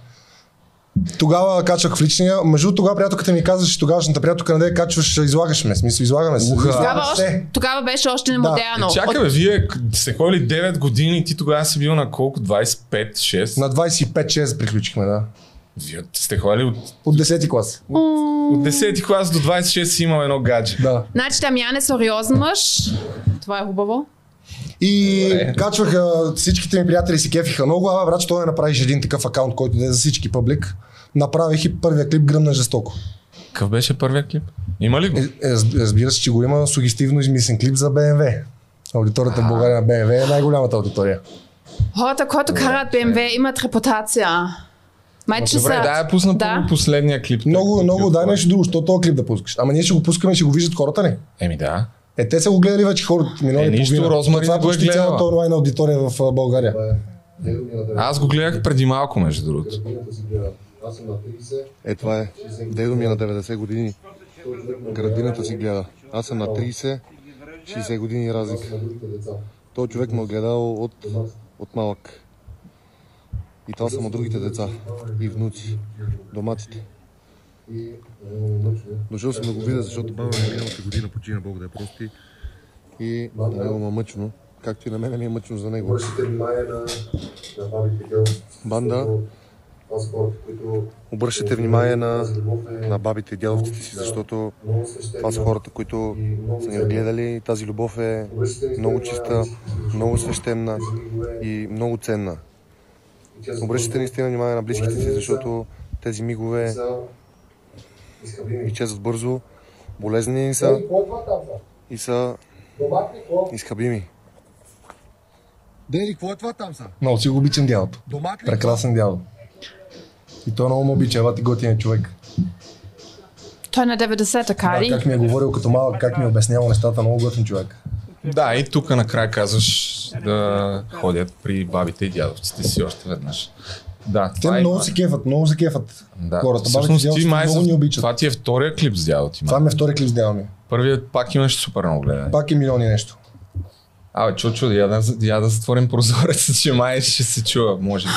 [SPEAKER 4] Тогава качвах в личния. Между другото, тогава приятелката ми каза, че тогавашната приятелка на нея качваш, излагаш ме. Смисъл, излагаме се.
[SPEAKER 1] Уха.
[SPEAKER 4] Излагаме
[SPEAKER 2] Тогава,
[SPEAKER 4] се.
[SPEAKER 2] още, тогава беше още
[SPEAKER 4] Да.
[SPEAKER 2] немодерно.
[SPEAKER 1] Чакай, бе, Е, вие к- сте ходили 9 години, ти тогава си бил на колко? 25-6?
[SPEAKER 4] На 25-6 приключихме, да.
[SPEAKER 1] Вие сте ходили от,
[SPEAKER 4] От 10-ти клас.
[SPEAKER 1] от 10 клас до 26 си имам едно гадже.
[SPEAKER 4] Да.
[SPEAKER 2] Значи Дамян е сериозен мъж. Това е хубаво.
[SPEAKER 4] И
[SPEAKER 1] Добре.
[SPEAKER 4] качваха, всичките ми приятели си кефиха много, а брат, що не направиш един такъв акаунт, който да е за всички паблик. Направих и първия клип гръмна жестоко.
[SPEAKER 1] Какъв беше първият клип? Има ли го?
[SPEAKER 4] Е, е, разбира се, че го има сугестивно измислен клип за BMW. Аудиторията в България на BMW е най-голямата аудитория.
[SPEAKER 2] Хората, които карат BMW, имат репутация. Майче
[SPEAKER 1] Добре,
[SPEAKER 2] са.
[SPEAKER 1] да, я пусна
[SPEAKER 2] Да.
[SPEAKER 1] да. последния клип. е тъй
[SPEAKER 4] Много,
[SPEAKER 1] като
[SPEAKER 4] много,
[SPEAKER 1] бил
[SPEAKER 4] дай
[SPEAKER 1] хора.
[SPEAKER 4] нещо друго, що този клип да пускаш. Ама ние ще го пускаме и ще го виждат хората ни.
[SPEAKER 1] Еми да.
[SPEAKER 4] Е, те са го гледали вече хората. Милиони
[SPEAKER 1] Е,
[SPEAKER 4] и
[SPEAKER 1] нищо,
[SPEAKER 4] половина.
[SPEAKER 1] Розмари
[SPEAKER 4] Това е
[SPEAKER 1] не го е
[SPEAKER 4] почти
[SPEAKER 1] гледала.
[SPEAKER 4] цялата онлайн аудитория в а, България.
[SPEAKER 1] Аз го гледах преди малко, между другото.
[SPEAKER 5] Е, това е. Дедо ми е на 90 години. Градината си гледа. Аз съм на 30, 60 години разлика. Той човек ме е гледал от, от малък. И това са му другите деца. И внуци. Домаците. Дошъл съм да го видя, защото баба ми е миналата година почина, Бог да я прости. И на него му е мъчно, както и на мен ми е мъчно за него.
[SPEAKER 6] Обръщате внимание на, на бабите гъл.
[SPEAKER 5] Банда,
[SPEAKER 6] Това са хората, които
[SPEAKER 5] обръщате внимание на,
[SPEAKER 6] тази любов е
[SPEAKER 5] на бабите и дядовците си, защото
[SPEAKER 6] много съществена.
[SPEAKER 5] това са хората, които са ни гледали. Тази любов е много чиста, много свещена и много ценна.
[SPEAKER 6] И тя за
[SPEAKER 5] Обръщате наистина внимание на близките си, защото тези мигове
[SPEAKER 6] са изхъбрими.
[SPEAKER 5] изчезват бързо, болезнени са и са изхабими.
[SPEAKER 7] Дели, какво е това там са?
[SPEAKER 4] Много си го обичам дялото.
[SPEAKER 7] Домак ли?
[SPEAKER 4] Прекрасен дядо. И той много му обича, ева ти готиен човек.
[SPEAKER 2] Той е на 90-та, Кари.
[SPEAKER 4] Как ми е говорил като малък, как ми е обяснявал нещата, много готин човек.
[SPEAKER 1] Да, и тук накрая казваш да ходят при бабите и дядовците си още веднъж. Да,
[SPEAKER 4] Те
[SPEAKER 1] това е-
[SPEAKER 4] много се кефат, много се кефат
[SPEAKER 1] да.
[SPEAKER 4] хората. Бабите
[SPEAKER 1] Всъщност,
[SPEAKER 4] дядо
[SPEAKER 1] ти май
[SPEAKER 4] много
[SPEAKER 1] с-
[SPEAKER 4] ни обичат.
[SPEAKER 1] Това ти е втория клип с дядо ти.
[SPEAKER 4] Това
[SPEAKER 1] Това...
[SPEAKER 4] ми е втори клип с дядо ми.
[SPEAKER 1] Първият пак имаш супер много гледане.
[SPEAKER 4] Пак е милиони нещо.
[SPEAKER 1] Абе, чучо, я да, я да затворим прозореца, че май ще се чува, може би.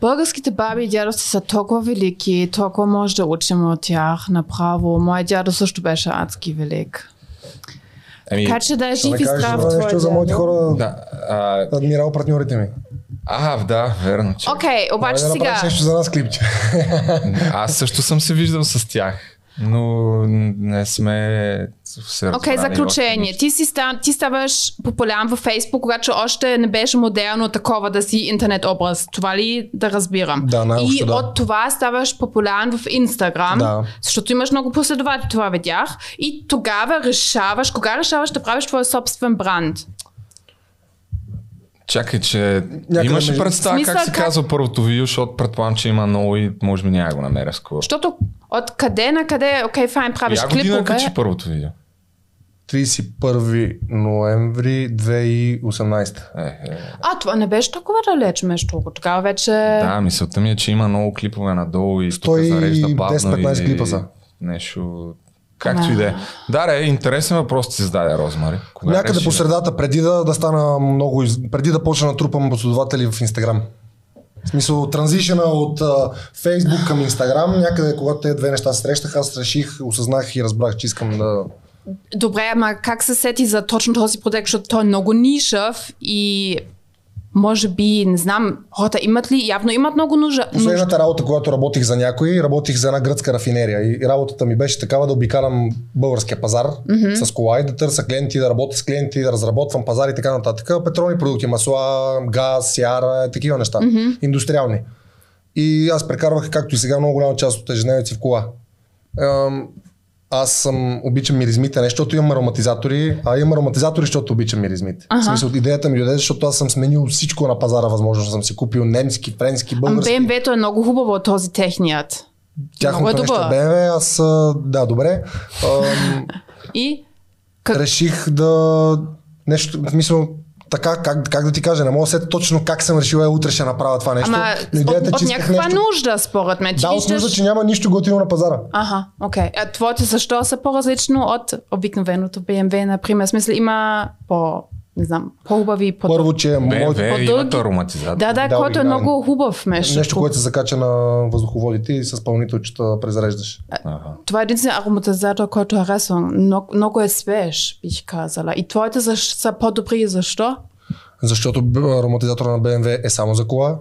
[SPEAKER 2] Българските баби и дядовци са толкова велики, толкова може да учим от тях направо. Моят дядо също беше адски велик.
[SPEAKER 1] Ами,
[SPEAKER 2] Така че да е жив и
[SPEAKER 4] кажеш
[SPEAKER 2] здрав
[SPEAKER 4] това нещо за
[SPEAKER 2] твой
[SPEAKER 4] моите
[SPEAKER 2] дядо.
[SPEAKER 4] хора,
[SPEAKER 1] да, а,
[SPEAKER 4] адмирал партньорите ми.
[SPEAKER 1] а, да, верно, че.
[SPEAKER 2] Окей, обаче
[SPEAKER 4] Хайде да
[SPEAKER 2] сега.
[SPEAKER 4] направиш нещо за нас клипче.
[SPEAKER 1] Аз също съм се виждал с тях, но не сме се
[SPEAKER 2] Окей,
[SPEAKER 1] разбрали
[SPEAKER 2] заключение.
[SPEAKER 1] още.
[SPEAKER 2] Ти, си ста, ти ставаш популярен във Фейсбук, когато още не беше модерно такова да си интернет образ. Това ли да разбирам?
[SPEAKER 4] Да, най-общо
[SPEAKER 2] И
[SPEAKER 4] да.
[SPEAKER 2] от това ставаш популярен в Инстаграм,
[SPEAKER 4] Да.
[SPEAKER 2] защото имаш много последователи, това видях. И тогава решаваш, кога решаваш да правиш твой собствен бранд?
[SPEAKER 1] Чакай, че
[SPEAKER 4] Някъде
[SPEAKER 1] имаш ли
[SPEAKER 4] между-
[SPEAKER 1] представа
[SPEAKER 2] Смисъл,
[SPEAKER 1] как се
[SPEAKER 2] как-
[SPEAKER 1] казва първото видео, защото предполагам, че има много и може би няма да го намеря скоро.
[SPEAKER 2] Защото от къде на къде, окей, файн, правиш
[SPEAKER 1] Я година
[SPEAKER 4] е,
[SPEAKER 2] клипове.
[SPEAKER 1] качи първото видео.
[SPEAKER 4] 31 ноември 2018.
[SPEAKER 1] Е, е.
[SPEAKER 2] А, това не беше толкова далеч, между другото. Тогава вече...
[SPEAKER 1] Да, мисълта ми е, че има много клипове надолу и тук
[SPEAKER 4] 110-15
[SPEAKER 1] зарежда бавно и
[SPEAKER 4] клипа са.
[SPEAKER 1] нещо... Както и да е. Да, да, е, интересен въпрос ти се зададе, Розмари. Кога
[SPEAKER 4] Някъде
[SPEAKER 1] реши
[SPEAKER 4] по
[SPEAKER 1] да-
[SPEAKER 4] средата, преди да, да стана много, из- преди да почна да трупам последователи в Инстаграм. В смисъл, транзишъна от а, Фейсбук към Инстаграм, някъде когато те две неща се срещаха, аз реших, осъзнах и разбрах, че искам да...
[SPEAKER 2] Добре, ама как се сети за точно този продукт, защото той е много нишев и може би, не знам, хората имат ли, явно имат много нужда. нужда.
[SPEAKER 4] Последната работа, когато работих за някой, работих за една гръцка рафинерия и работата ми беше такава да обикалям българския пазар mm-hmm. с кола и да търся клиенти, да работя с клиенти, да разработвам пазар и така нататък. Петролни продукти, масла, газ, яра, такива неща, mm-hmm. индустриални. И аз прекарвах, както и сега, много голяма част от ежедневието си в кола. Ам, аз съм, обичам миризмите, не защото имам ароматизатори, а имам ароматизатори, защото обичам миризмите.
[SPEAKER 2] Аха.
[SPEAKER 4] В смисъл, идеята ми дойде, защото аз съм сменил всичко на пазара, възможно съм си купил немски, френски,
[SPEAKER 2] Ама
[SPEAKER 4] български.
[SPEAKER 2] BMW-то е много хубаво този техният. Много е
[SPEAKER 4] Тяхното нещо
[SPEAKER 2] добър.
[SPEAKER 4] бе, аз а, да, добре. Ам,
[SPEAKER 2] И Как-
[SPEAKER 4] реших да нещо, в смисъл, така, как, как да ти кажа, не мога да сета точно как съм решил, е, утре ще направя това нещо.
[SPEAKER 2] Ама
[SPEAKER 4] Но
[SPEAKER 2] от, от
[SPEAKER 4] че исках
[SPEAKER 2] някаква нужда, според мен. Ти
[SPEAKER 4] Да, от
[SPEAKER 2] виждаш-
[SPEAKER 4] нужда, че няма нищо готино на пазара.
[SPEAKER 2] Аха, окей. А твоите защо са по-различно от обикновеното BMW, например? В смисъл има по, не знам, по-хубави по
[SPEAKER 4] Първо, че моето
[SPEAKER 1] БМВ имат
[SPEAKER 2] по-дълги-
[SPEAKER 1] ароматизатор.
[SPEAKER 2] Да, да,
[SPEAKER 4] Да,
[SPEAKER 2] който е
[SPEAKER 4] оригинален.
[SPEAKER 2] много хубав меш.
[SPEAKER 4] нещо, което се закача на въздуховодите и с пълнителчета презареждаш.
[SPEAKER 1] Ага.
[SPEAKER 2] Това е единственият ароматизатор, който харесвам. Но, много е свеж, бих казала. И твоите са, са по-добри. Защо?
[SPEAKER 4] Защото б- ароматизатора на BMW е само за кола,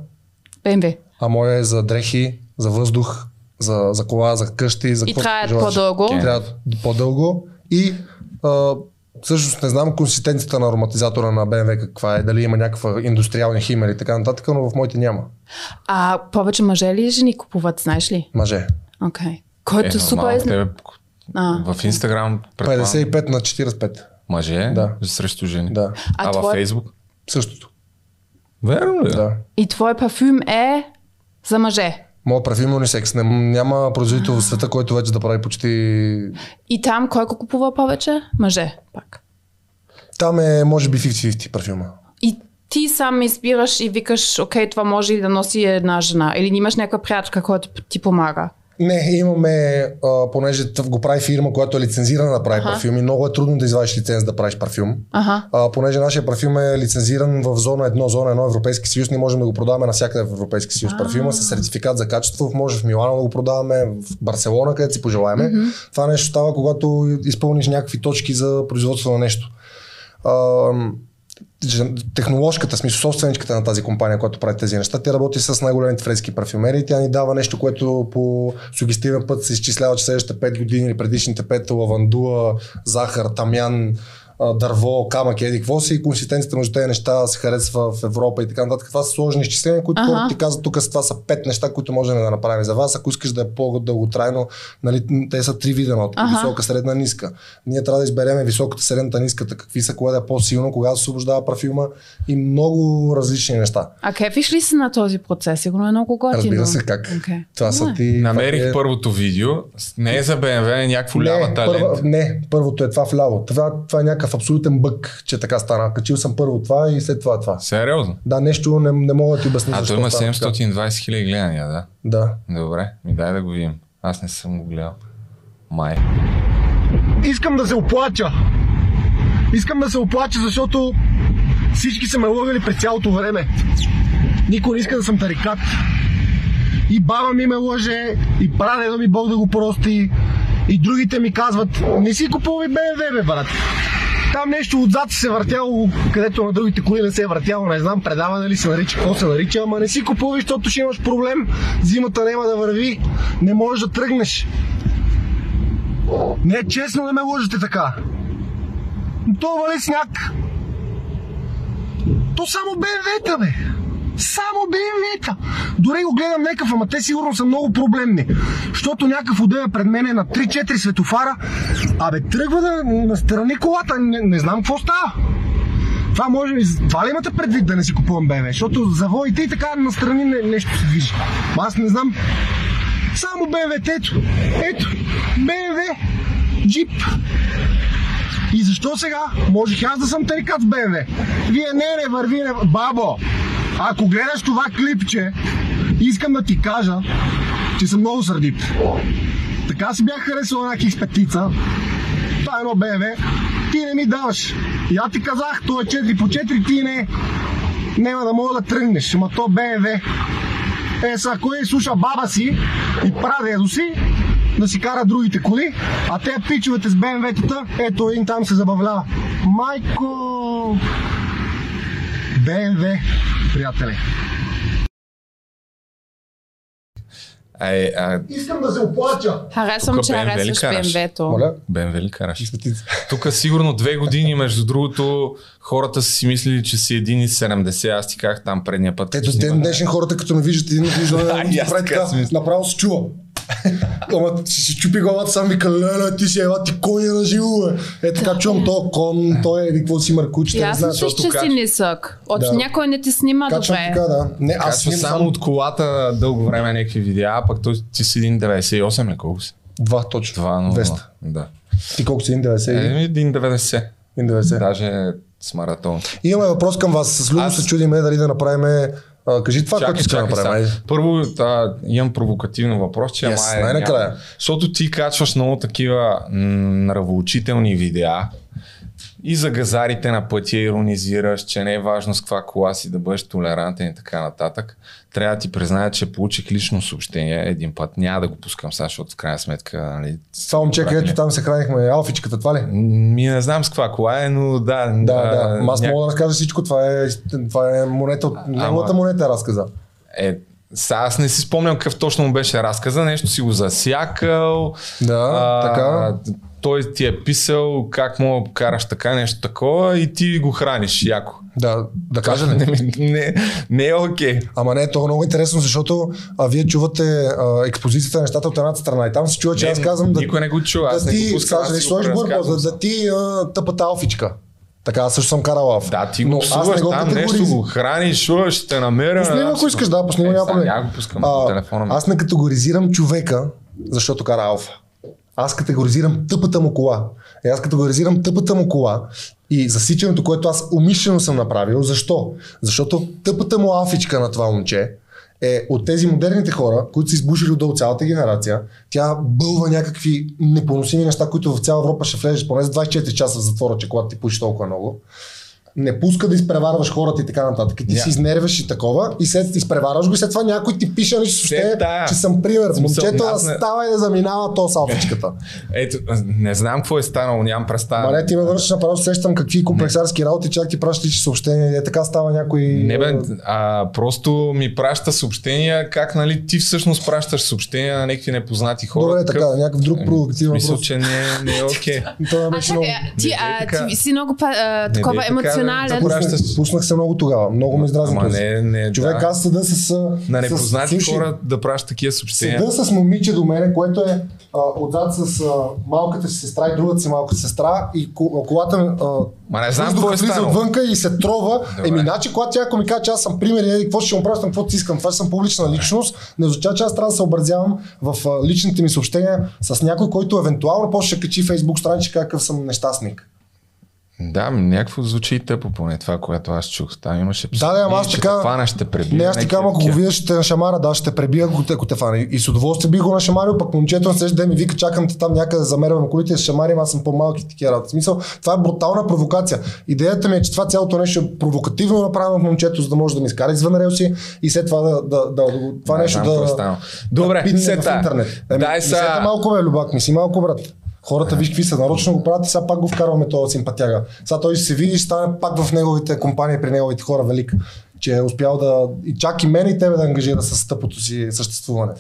[SPEAKER 2] BMW.
[SPEAKER 4] а моя е за дрехи, за въздух, за, за кола, за къщи, за
[SPEAKER 2] И
[SPEAKER 4] каквото
[SPEAKER 2] траят
[SPEAKER 4] желаеш.
[SPEAKER 2] по-дълго.
[SPEAKER 1] Окей.
[SPEAKER 4] трябва по-дълго и а, всъщност не знам консистенцията на ароматизатора на BMW каква е, дали има някаква индустриална химия или така нататък, но в моите няма.
[SPEAKER 2] А повече мъже ли жени купуват, знаеш ли?
[SPEAKER 4] Мъже.
[SPEAKER 2] Окей. Okay. Който
[SPEAKER 4] E,
[SPEAKER 1] Е,
[SPEAKER 2] е, супер
[SPEAKER 1] нормално,
[SPEAKER 2] е...
[SPEAKER 1] тебе
[SPEAKER 2] А.
[SPEAKER 1] В Инстаграм предполагам,
[SPEAKER 4] 55 на 45.
[SPEAKER 1] мъже
[SPEAKER 4] Да.
[SPEAKER 1] срещу жени.
[SPEAKER 4] Да.
[SPEAKER 1] А,
[SPEAKER 2] А
[SPEAKER 1] във
[SPEAKER 2] твое-
[SPEAKER 1] Фейсбук?
[SPEAKER 4] Същото.
[SPEAKER 1] Верно ли? е?
[SPEAKER 4] Да.
[SPEAKER 2] И твой парфюм е за мъже.
[SPEAKER 4] Моят парфюм е унисекс. Не, няма производител в света, който вече да прави почти...
[SPEAKER 2] И там кой го купува повече? Мъже пак.
[SPEAKER 4] Там е, може би, 50-50 парфюма.
[SPEAKER 2] И ти сам избираш и викаш, окей, това може и да носи една жена. Или имаш някаква приятелка, която ти помага.
[SPEAKER 4] Не, имаме, а, понеже тъв- го прави фирма, която е лицензирана да прави парфюми, много е трудно да извадиш лиценз да правиш парфюм.
[SPEAKER 2] Аха.
[SPEAKER 4] А, понеже нашия парфюм е лицензиран в зона 1, зона 1 Европейски съюз, ние можем да го продаваме навсякъде в Европейски съюз. Парфюма с сертификат за качество, може в Милано да го продаваме, в Барселона, където си пожелаеме. Това нещо става, когато изпълниш някакви точки за производство на нещо. Ам, жен- техноложката, в смисъл собственичката на тази компания, която прави тези неща, тя работи с най-големите френски парфюмери и тя ни дава нещо, което по сугестивен път се изчислява, че следващите 5 години или предишните 5 лавандула, захар, тамян, а, дърво, камък и еди какво си, и консистенцията между тези неща се харесва в Европа и така нататък. Това са сложни изчисления, които
[SPEAKER 2] Аха.
[SPEAKER 4] хората ти казват, тук са- това са пет неща, които можем да направим за вас. Ако искаш да е по-дълготрайно, нали, те са три вида, от
[SPEAKER 2] Аха.
[SPEAKER 4] висока, средна, ниска. Ние трябва да изберем високата, средната, ниската, какви са, кое да е по-силно, кога се освобождава парфюма и много различни неща.
[SPEAKER 2] А кефиш ли се на този процес? Сигурно е много готино.
[SPEAKER 4] Разбира се как.
[SPEAKER 2] Окей.
[SPEAKER 4] Това са
[SPEAKER 2] Добре.
[SPEAKER 4] ти.
[SPEAKER 1] Намерих
[SPEAKER 4] това е-
[SPEAKER 1] първото видео. С- Не е за BMW, е някакво лява
[SPEAKER 4] не, първа,
[SPEAKER 1] талент.
[SPEAKER 4] не, първото е това вляво. Това, това е някакъв абсолютен бък, че е така стана. Качил съм първо това и след това това.
[SPEAKER 1] Сериозно.
[SPEAKER 4] Да, нещо не, не мога да ти обясня.
[SPEAKER 1] А
[SPEAKER 4] защо
[SPEAKER 1] той има
[SPEAKER 4] стана така.
[SPEAKER 1] 720 хиляди гледания, да?
[SPEAKER 4] Да.
[SPEAKER 1] Добре, ми дай да го видим. Аз не съм го гледал. Май.
[SPEAKER 8] искам да се оплача. Искам да се оплача, защото всички са ме лъгали през цялото време. Никой не иска да съм тарикат. И баба ми ме лъже, и прадедо ми Бог да го прости, и другите ми казват, не си купувай БМВ, бе, брат. Там нещо отзад се въртяло, където на другите коли не се е въртяло, не знам предаване ли се нарича, какво се нарича, ама не си купувай, защото ще имаш проблем, зимата няма да върви, не можеш да тръгнеш. Не е честно да ме лъжете така. То вали сняг. То само БМВ-та, бе. Само БМВ-та. Дори го гледам някакъв, ама те сигурно са много проблемни. Защото някакъв отдея пред мен е на 3-4 светофара. Абе, тръгва да настрани колата. Не, не знам какво става. Това може би, това ли имате предвид да не си купувам БМВ? Защото завоите и така настрани не- нещо се движи. Ама Аз не знам. Само БМВ, ето. Ето. БМВ. Джип. И защо сега? Можех аз да съм тарикат с БМВ. Вие не, не, върви, не. Бабо, ако гледаш това клипче, искам да ти кажа, че съм много сърдит. Така си бях харесал една киспетица. Това е едно БМВ. Ти не ми даваш. И аз ти казах, то е 4 по 4, ти не. Няма да мога да тръгнеш, ама то БМВ. Е, сега, кой слуша баба си и прадедо си, да си кара другите коли, а те пичовете с БМВ-тата, ето един там се забавлява. Майко! БМВ, приятели.
[SPEAKER 1] Ай, а,
[SPEAKER 8] Искам да се оплача.
[SPEAKER 2] Харесвам,
[SPEAKER 1] Тук
[SPEAKER 2] че
[SPEAKER 1] BMW ли
[SPEAKER 2] харесваш
[SPEAKER 1] караш?
[SPEAKER 2] БМВ-то.
[SPEAKER 4] Моля?
[SPEAKER 1] BMW ли караш?
[SPEAKER 4] Светица.
[SPEAKER 1] Тук сигурно две години, между другото, хората са си мислили, че си 1,70. Аз ти казах там предния път.
[SPEAKER 4] Ето,
[SPEAKER 1] че
[SPEAKER 4] ден
[SPEAKER 1] снимах.
[SPEAKER 4] днешен хората, като ме виждат един от виждане,
[SPEAKER 1] Ай, аз
[SPEAKER 4] направи
[SPEAKER 1] така си
[SPEAKER 4] така,
[SPEAKER 1] мисля.
[SPEAKER 4] направо се чува. Ама ще си чупи главата, сам вика, леле, ти си ева, ти кой е на живо, бе. Е така чувам то кон, той е еди, какво си мъркуче, не знае.
[SPEAKER 2] Ясно си, че си
[SPEAKER 1] качвам-
[SPEAKER 2] нисък. От
[SPEAKER 4] Да.
[SPEAKER 2] някой не ти снима
[SPEAKER 4] Качвам
[SPEAKER 2] добре.
[SPEAKER 4] така, да. Не, аз
[SPEAKER 1] Качва
[SPEAKER 4] съм
[SPEAKER 1] само от колата дълго време някакви видеа, а пък той ти си 1,98 ли колко си?
[SPEAKER 4] Два точно.
[SPEAKER 1] 2,0.
[SPEAKER 4] 200.
[SPEAKER 1] Да. Е,
[SPEAKER 4] Ти колко си, 1,90?
[SPEAKER 1] Еми 1,90.
[SPEAKER 4] 1,90.
[SPEAKER 1] Даже с маратон.
[SPEAKER 4] Имаме въпрос към вас. С Любо
[SPEAKER 1] Аз-
[SPEAKER 4] се чудиме дали да направим... а, кажи това, което
[SPEAKER 1] Чакай,
[SPEAKER 4] искаме да
[SPEAKER 1] чакай,
[SPEAKER 4] направим.
[SPEAKER 1] чакай.
[SPEAKER 4] айде.
[SPEAKER 1] Първо а, имам провокативен въпрос, че
[SPEAKER 4] Yes,
[SPEAKER 1] yes, ама е,
[SPEAKER 4] най-накрая.
[SPEAKER 1] няма. Защото ти качваш много такива м, нравоучителни видеа и за газарите на пътя иронизираш, че не е важно с каква кола си да бъдеш толерантен и така нататък. Трябва да ти призная, че получих лично съобщение един път. Няма да го пускам сега, защото в крайна сметка... Нали,
[SPEAKER 4] Това момче, където там се хранихме, алфичката, това ли?
[SPEAKER 1] Ми не знам с каква кола е, но да...
[SPEAKER 4] Да, да. Ама Аз
[SPEAKER 1] ня-
[SPEAKER 4] мога да разкажа всичко. Това е, това е монета от... Неговата монета е разказа.
[SPEAKER 1] Е, сега аз не си спомням какъв точно му беше разказа, нещо си го засякал.
[SPEAKER 4] Да, така.
[SPEAKER 1] Той ти е писал как мога да караш така, нещо такова и ти го храниш яко.
[SPEAKER 4] Да, да кажа ли?
[SPEAKER 1] Не, ми- не, не е окей. Okay.
[SPEAKER 4] Ама не, то е много интересно, защото а, вие чувате а, експозицията на нещата от едната страна. И там се чува, че
[SPEAKER 1] Не,
[SPEAKER 4] аз казвам да,
[SPEAKER 1] никой не го чува, аз
[SPEAKER 4] да
[SPEAKER 1] не
[SPEAKER 4] ти,
[SPEAKER 1] го пускам, аз
[SPEAKER 4] да
[SPEAKER 1] си го
[SPEAKER 4] сложиш бърбо,
[SPEAKER 1] преразказвам
[SPEAKER 4] да, да ти а, тъпата алфичка. Така, аз също съм карал алф.
[SPEAKER 1] Да, ти го псуваш там, нещо го храниш, шува, ще те намеря.
[SPEAKER 4] Пусни го, ако искаш, да, пусни го,
[SPEAKER 1] Е,
[SPEAKER 4] няма
[SPEAKER 1] сега
[SPEAKER 4] проблем.
[SPEAKER 1] няма го пускам по телефона ми.
[SPEAKER 4] Аз не категоризирам човека, защото кара алфа. Аз категоризирам тъпата му кола. И аз категоризирам тъпата му кола и засичането, което аз умишлено съм направил. Защо? Защото тъпата му алфичка на това момче е от тези модерните хора, които са избушили отдолу цялата генерация, тя бълва някакви непоносими неща, които в цяла Европа ще влезеш поне за 24 часа в затвора, че когато ти пуши толкова много. Не пуска да изпреварваш хората и така нататък. И ти
[SPEAKER 1] Ня.
[SPEAKER 4] yeah. си изнервяш и такова, и след изпреварваш го, и след това някой ти пише нещо, съобщение,
[SPEAKER 1] тая.
[SPEAKER 4] че съм пример.
[SPEAKER 1] В Е, смисъл,
[SPEAKER 4] Момчето,
[SPEAKER 1] аз не-
[SPEAKER 4] става и да заминава то салфичката.
[SPEAKER 1] Ето, не знам какво е станало, нямам представа.
[SPEAKER 4] Ма не, ти ме връщаш направо, сещам какви комплексарски работи, чак ти пращаш лични съобщения. Е, така става някой.
[SPEAKER 1] Не бе,
[SPEAKER 4] е,
[SPEAKER 1] а, просто ми праща съобщения, как нали ти всъщност пращаш съобщения на някакви непознати хора.
[SPEAKER 4] Добре, така, някакъв друг провокативен
[SPEAKER 1] Мисля,
[SPEAKER 4] въпрос.
[SPEAKER 1] Ами, че не, не е окей.
[SPEAKER 4] Това
[SPEAKER 2] А
[SPEAKER 4] беше много...
[SPEAKER 2] чакай, а, ти,
[SPEAKER 1] Не дей
[SPEAKER 2] а,
[SPEAKER 1] така.
[SPEAKER 2] ти си много па, а, такова
[SPEAKER 1] дей така, бе.
[SPEAKER 2] емоционален.
[SPEAKER 1] Започна-
[SPEAKER 4] Пуснах,
[SPEAKER 1] пращаш-
[SPEAKER 4] пуснах се много тогава. Много ме издразни
[SPEAKER 1] Ама
[SPEAKER 4] този.
[SPEAKER 1] не, е- не,
[SPEAKER 4] Човек,
[SPEAKER 1] да.
[SPEAKER 4] аз съда с... а,
[SPEAKER 1] На
[SPEAKER 4] с-
[SPEAKER 1] непознати
[SPEAKER 4] слушай,
[SPEAKER 1] хора да праща такива съобщения.
[SPEAKER 4] Седа с момиче до мене, което е а, отзад с а, малката си сестра и другата си малка сестра и ко- колата ми, а,
[SPEAKER 1] Ма не знам
[SPEAKER 4] въздухът
[SPEAKER 1] какво е
[SPEAKER 4] влиза
[SPEAKER 1] станало.
[SPEAKER 4] отвънка и се трова.
[SPEAKER 1] Добре.
[SPEAKER 4] Еми, значи, когато тя ако ми каже, че аз съм пример, еди, какво ще му пращам, какво ти искам, това че съм публична личност, не означава, че аз трябва да се образявам в а, личните ми съобщения с някой, който евентуално после ще качи в Facebook страничка какъв съм нещастник.
[SPEAKER 1] Да, ми, някакво звучи и тъпо поне това, което аз чух. Там имаше
[SPEAKER 4] Да, да, ама аз
[SPEAKER 1] ще
[SPEAKER 4] така-
[SPEAKER 1] те Фана, ще те пребия.
[SPEAKER 4] Не, аз така, ама ако го видя, ще те нашамара, да, ще те пребия, ако те, ако те фана. И с удоволствие би го нашамарил, пък момчето на следващия ден ми вика, чакам те там някъде, замервам колите, ще шамарим, аз съм по-малки и такива работи. В Смисъл, това е брутална провокация. Идеята ми е, че това цялото нещо е провокативно направено от момчето, за да може да ми изкара извън релси и след това да, да, да, да го- това
[SPEAKER 1] Не
[SPEAKER 4] нещо
[SPEAKER 1] знам какво е
[SPEAKER 4] да,
[SPEAKER 1] станало. Добре,
[SPEAKER 4] пипне
[SPEAKER 1] сета.
[SPEAKER 4] в интернет. Еми,
[SPEAKER 1] Дай
[SPEAKER 4] ми
[SPEAKER 1] са-
[SPEAKER 4] сета малко бе, любак ми си, малко брат. Хората виж какви са, нарочно го правят и сега пак го вкарваме този симпатяга. Сега той ще се види и ще стане пак в неговите компании, при неговите хора велик, че е успял да и чак и мен и тебе да ангажира с тъпото си съществуване.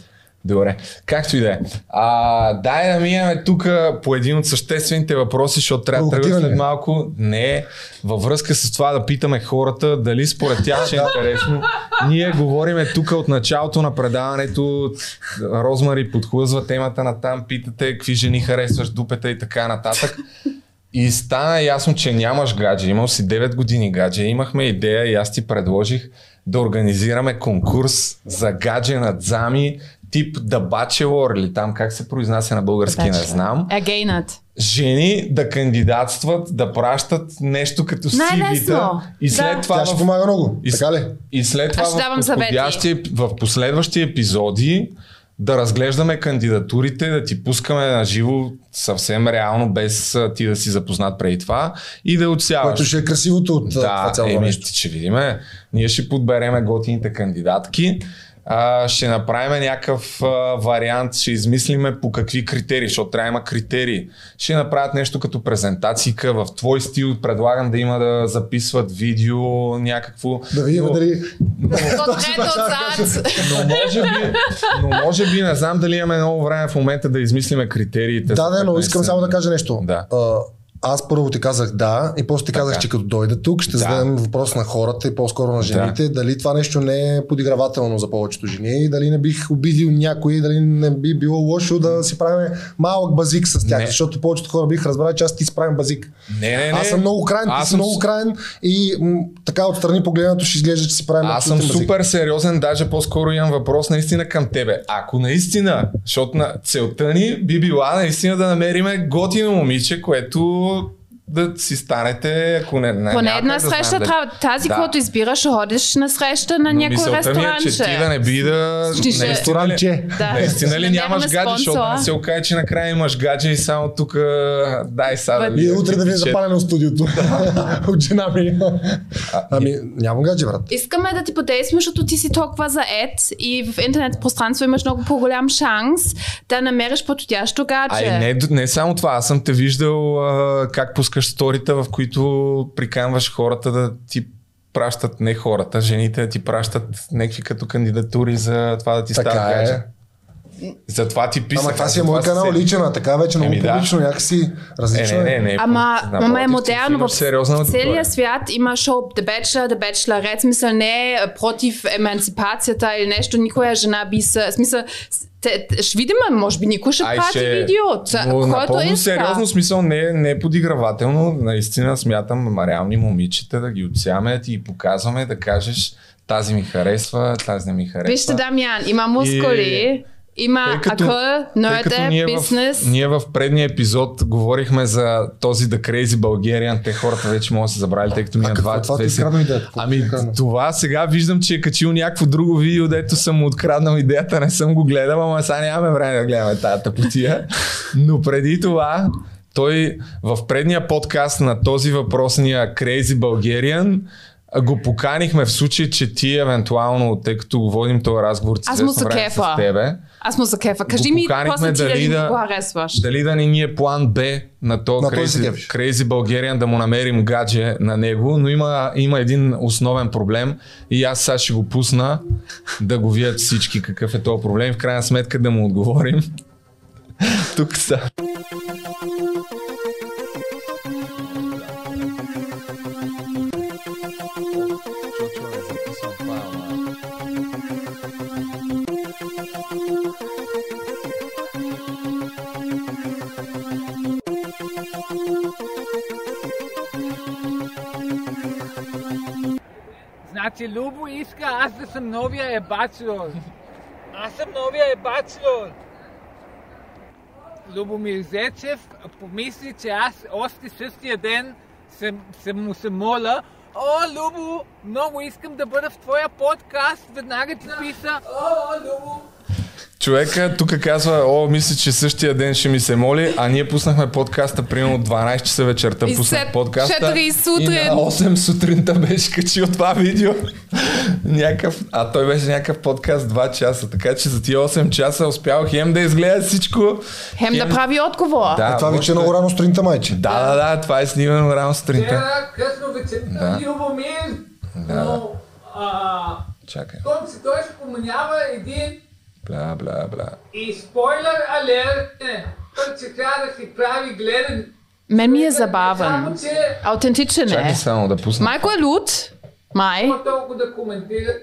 [SPEAKER 1] Добре, както и да е. А, дай да минем тук по един от съществените въпроси, защото трябва да тръгваме
[SPEAKER 4] Провокативен
[SPEAKER 1] след
[SPEAKER 4] ли? е?
[SPEAKER 1] малко. Не, във връзка с това да питаме хората дали според тях ще е интересно. Ние говориме тук от началото на предаването. Розмари подхлъзва темата на там, питате какви жени харесваш, дупета и така нататък. И стана ясно, че нямаш гадже. Имал си 9 години гадже. Имахме идея и аз ти предложих да организираме конкурс за гадже на дзами тип The Bachelor или там как се произнася на български, не знам.
[SPEAKER 2] Е, гейнат.
[SPEAKER 1] Жени да кандидатстват, да пращат нещо като CV-та
[SPEAKER 2] Най-лесно.
[SPEAKER 1] и след
[SPEAKER 2] Да.
[SPEAKER 1] това
[SPEAKER 4] Тя
[SPEAKER 1] в
[SPEAKER 4] ще помага много,
[SPEAKER 1] и, с-
[SPEAKER 4] така ли?
[SPEAKER 1] И след
[SPEAKER 2] Аз ще
[SPEAKER 1] това
[SPEAKER 2] давам
[SPEAKER 1] в, подходящи, в последващи епизоди да разглеждаме кандидатурите, да ти пускаме на живо съвсем реално, без а, ти да си запознат преди това и да отсяваш.
[SPEAKER 4] Което ще е красивото от а, това
[SPEAKER 1] да,
[SPEAKER 4] цялото
[SPEAKER 1] еми,
[SPEAKER 4] нещо.
[SPEAKER 1] ще видиме. Ние ще подбереме готините кандидатки. А, ще направим някакъв а, вариант, ще измислиме по какви критерии, защото трябва да има критерии. Ще направят нещо като презентацийка в твой стил, предлагам да има да записват видео някакво.
[SPEAKER 4] Да видим
[SPEAKER 1] Но-
[SPEAKER 4] дали... Е,
[SPEAKER 2] Портрет отзад.
[SPEAKER 1] но може, би, но може би, не знам дали имаме много време в момента да измислиме критериите.
[SPEAKER 4] Да,
[SPEAKER 1] за
[SPEAKER 4] да, но
[SPEAKER 1] 15
[SPEAKER 4] искам само да
[SPEAKER 1] минути.
[SPEAKER 4] кажа нещо.
[SPEAKER 1] Да.
[SPEAKER 4] А, аз първо ти казах да, и после ти казах,
[SPEAKER 1] Така.
[SPEAKER 4] че като дойда тук, ще
[SPEAKER 1] Да.
[SPEAKER 4] зададем въпрос на хората и по-скоро на жените, дали това нещо не е подигравателно за повечето жени, и дали не бих обидил някой, дали не би било лошо да си правим малък базик с тях,
[SPEAKER 1] Не.
[SPEAKER 4] защото повечето хора бих разбрали, че аз ти си правим базик.
[SPEAKER 1] Не, не, не.
[SPEAKER 4] Аз съм много крайен, ти
[SPEAKER 1] Аз
[SPEAKER 4] си
[SPEAKER 1] съм
[SPEAKER 4] много
[SPEAKER 1] с-
[SPEAKER 4] крайен и м, така отстрани погледнато ще изглежда, че си правим
[SPEAKER 1] Аз съм
[SPEAKER 4] абсолютен базик.
[SPEAKER 1] супер сериозен, даже по-скоро имам въпрос наистина към тебе. Ако наистина, защото на целта ни би била наистина да намериме готино момиче, което да си станете, ако не... не
[SPEAKER 2] Поне
[SPEAKER 1] Е, няма
[SPEAKER 2] една
[SPEAKER 1] как да знам
[SPEAKER 2] среща
[SPEAKER 1] дали-
[SPEAKER 2] трябва. Тази,
[SPEAKER 1] Да.
[SPEAKER 2] която избираш, ще ходиш на среща на
[SPEAKER 1] Но
[SPEAKER 2] някой
[SPEAKER 1] мисълта ми е, че ти да
[SPEAKER 2] ресторанче.
[SPEAKER 1] не би да...
[SPEAKER 2] Ще- ще-
[SPEAKER 1] наистина ли-
[SPEAKER 4] Ресторанче.
[SPEAKER 2] Да.
[SPEAKER 1] Наистина ли
[SPEAKER 2] Ще
[SPEAKER 1] нямаш
[SPEAKER 2] намерим
[SPEAKER 1] гадже, защото
[SPEAKER 2] спонсора.
[SPEAKER 1] не се окаже, че накрая имаш гадже и само тук дай сега да
[SPEAKER 2] Бъд-
[SPEAKER 4] И
[SPEAKER 1] видя
[SPEAKER 4] утре да ви е
[SPEAKER 1] типиче.
[SPEAKER 4] запалено студиото от жена ми. е. Ами, нямам гадже, брат.
[SPEAKER 2] Искаме да ти подействаме, защото ти си толкова заед и в интернет пространство имаш много по-голям шанс да намериш подходящо гадже.
[SPEAKER 1] Ай, не, не само това, аз съм те виждал а, как пускаш сторита, в които приканваш хората да ти пращат, не хората, жените да ти пращат някакви като кандидатури за това да ти
[SPEAKER 4] Така
[SPEAKER 1] става
[SPEAKER 4] е.
[SPEAKER 1] гадже. Затова ти писах.
[SPEAKER 4] Ама това си е
[SPEAKER 1] за
[SPEAKER 4] мой
[SPEAKER 1] се
[SPEAKER 4] канал
[SPEAKER 1] сетих.
[SPEAKER 4] личен, а така вече много
[SPEAKER 1] Еми да.
[SPEAKER 4] публично, някакси различно.
[SPEAKER 1] Е, не, не,
[SPEAKER 4] е.
[SPEAKER 1] не.
[SPEAKER 2] Ама,
[SPEAKER 1] напротив,
[SPEAKER 2] ама е
[SPEAKER 1] ти
[SPEAKER 2] модерно.
[SPEAKER 1] имаш
[SPEAKER 2] В,
[SPEAKER 1] сериозна
[SPEAKER 2] в
[SPEAKER 1] аудитория.
[SPEAKER 2] целия свят има шоу The Bachelor, The Bachelorette, смисъл не е против емансипацията или нещо, никоя жена би се, смисъл, с- те- те- ще видим, може би никой ще
[SPEAKER 1] Ай,
[SPEAKER 2] прати
[SPEAKER 1] ще-
[SPEAKER 2] е видео, ца-
[SPEAKER 1] Но
[SPEAKER 2] който
[SPEAKER 1] напълно
[SPEAKER 2] иска.
[SPEAKER 1] сериозно смисъл не, е- не е подигравателно. Наистина смятам ама реални момичета да ги отсяме, да ти ги показваме, да кажеш тази ми харесва, тази не ми харесва.
[SPEAKER 2] Вижте, Дамян, има мускули.
[SPEAKER 1] И-
[SPEAKER 2] Има,
[SPEAKER 1] Тъй като-
[SPEAKER 2] ако
[SPEAKER 1] Тъй като
[SPEAKER 2] нърде,
[SPEAKER 1] ние
[SPEAKER 2] бизнес,
[SPEAKER 1] В, ние в предния епизод говорихме за този The Crazy Bulgarian. Те хората вече могат да се забрали, тъй като мина
[SPEAKER 4] какво? е
[SPEAKER 1] два
[SPEAKER 4] Това ти
[SPEAKER 1] две си-
[SPEAKER 4] изкрадна идеята. Какво ти
[SPEAKER 1] Ами
[SPEAKER 4] изкрадна?
[SPEAKER 1] това сега виждам, че е качил някакво друго видео, дето съм му откраднал идеята, не съм го гледал, ама сега нямаме време да гледаме тази тъпотия. Но преди това, той в предния подкаст на този въпросния Crazy Bulgarian а, го поканихме в случай, че ти евентуално, тъй като го водим този разговор,
[SPEAKER 2] Аз му
[SPEAKER 1] известно
[SPEAKER 2] се
[SPEAKER 1] време
[SPEAKER 2] кефа.
[SPEAKER 1] с тебе,
[SPEAKER 2] аз му за кефа. Кажи
[SPEAKER 1] го
[SPEAKER 2] ми,
[SPEAKER 1] поканихме
[SPEAKER 2] после ти дали
[SPEAKER 1] да-
[SPEAKER 2] да... го харесваш.
[SPEAKER 1] дали да не ни е план Б на то
[SPEAKER 4] На този се
[SPEAKER 1] Crazy,
[SPEAKER 4] кефиш.
[SPEAKER 1] Crazy Bulgarian да му намерим гадже на него, но има, има един основен проблем и аз сега ще го пусна да го вият всички какъв е този проблем. В крайна сметка да му отговорим. Тук са.
[SPEAKER 9] Значи Любо иска аз да съм новия ебачлор. Аз съм новия е ебачлор. Любомир Зечев помисли, че аз още същия ден съм, съм му се моля. О, Любо, много искам да бъда в твоя подкаст. Веднага ти писа. О, Любо,
[SPEAKER 1] Човека тук казва, о, мисля, че същия ден ще ми се моли, а ние пуснахме подкаста примерно от 12 часа вечерта.
[SPEAKER 2] И
[SPEAKER 1] Пуснах
[SPEAKER 2] след
[SPEAKER 1] подкаста.
[SPEAKER 2] 4 сутрин.
[SPEAKER 1] И на 8 сутринта беше качил това видео. някакъв, а той беше някакъв подкаст 2 часа, така че за тия 8 часа успял хем да изгледа всичко.
[SPEAKER 2] Хем да прави отговор.
[SPEAKER 1] Да,
[SPEAKER 4] Е, това
[SPEAKER 1] може
[SPEAKER 4] вече е
[SPEAKER 1] да-
[SPEAKER 4] много рано сутринта, майче.
[SPEAKER 1] Да, да, да, това е снимано рано сутринта.
[SPEAKER 2] Е.
[SPEAKER 9] вчера, късно вечерта, Любомир. Но, а,
[SPEAKER 1] Чакай.
[SPEAKER 9] Том си той ще поменява един
[SPEAKER 1] Бла, бла, бла.
[SPEAKER 9] И спойлер алерт, той че трябва да си прави гледан.
[SPEAKER 2] Мен ми е
[SPEAKER 9] Само,
[SPEAKER 2] забавен.
[SPEAKER 9] че
[SPEAKER 2] Аутентичен
[SPEAKER 1] Чакай
[SPEAKER 2] е.
[SPEAKER 1] само да пусна.
[SPEAKER 2] Майко е луд. Май.
[SPEAKER 9] има толкова да коментира,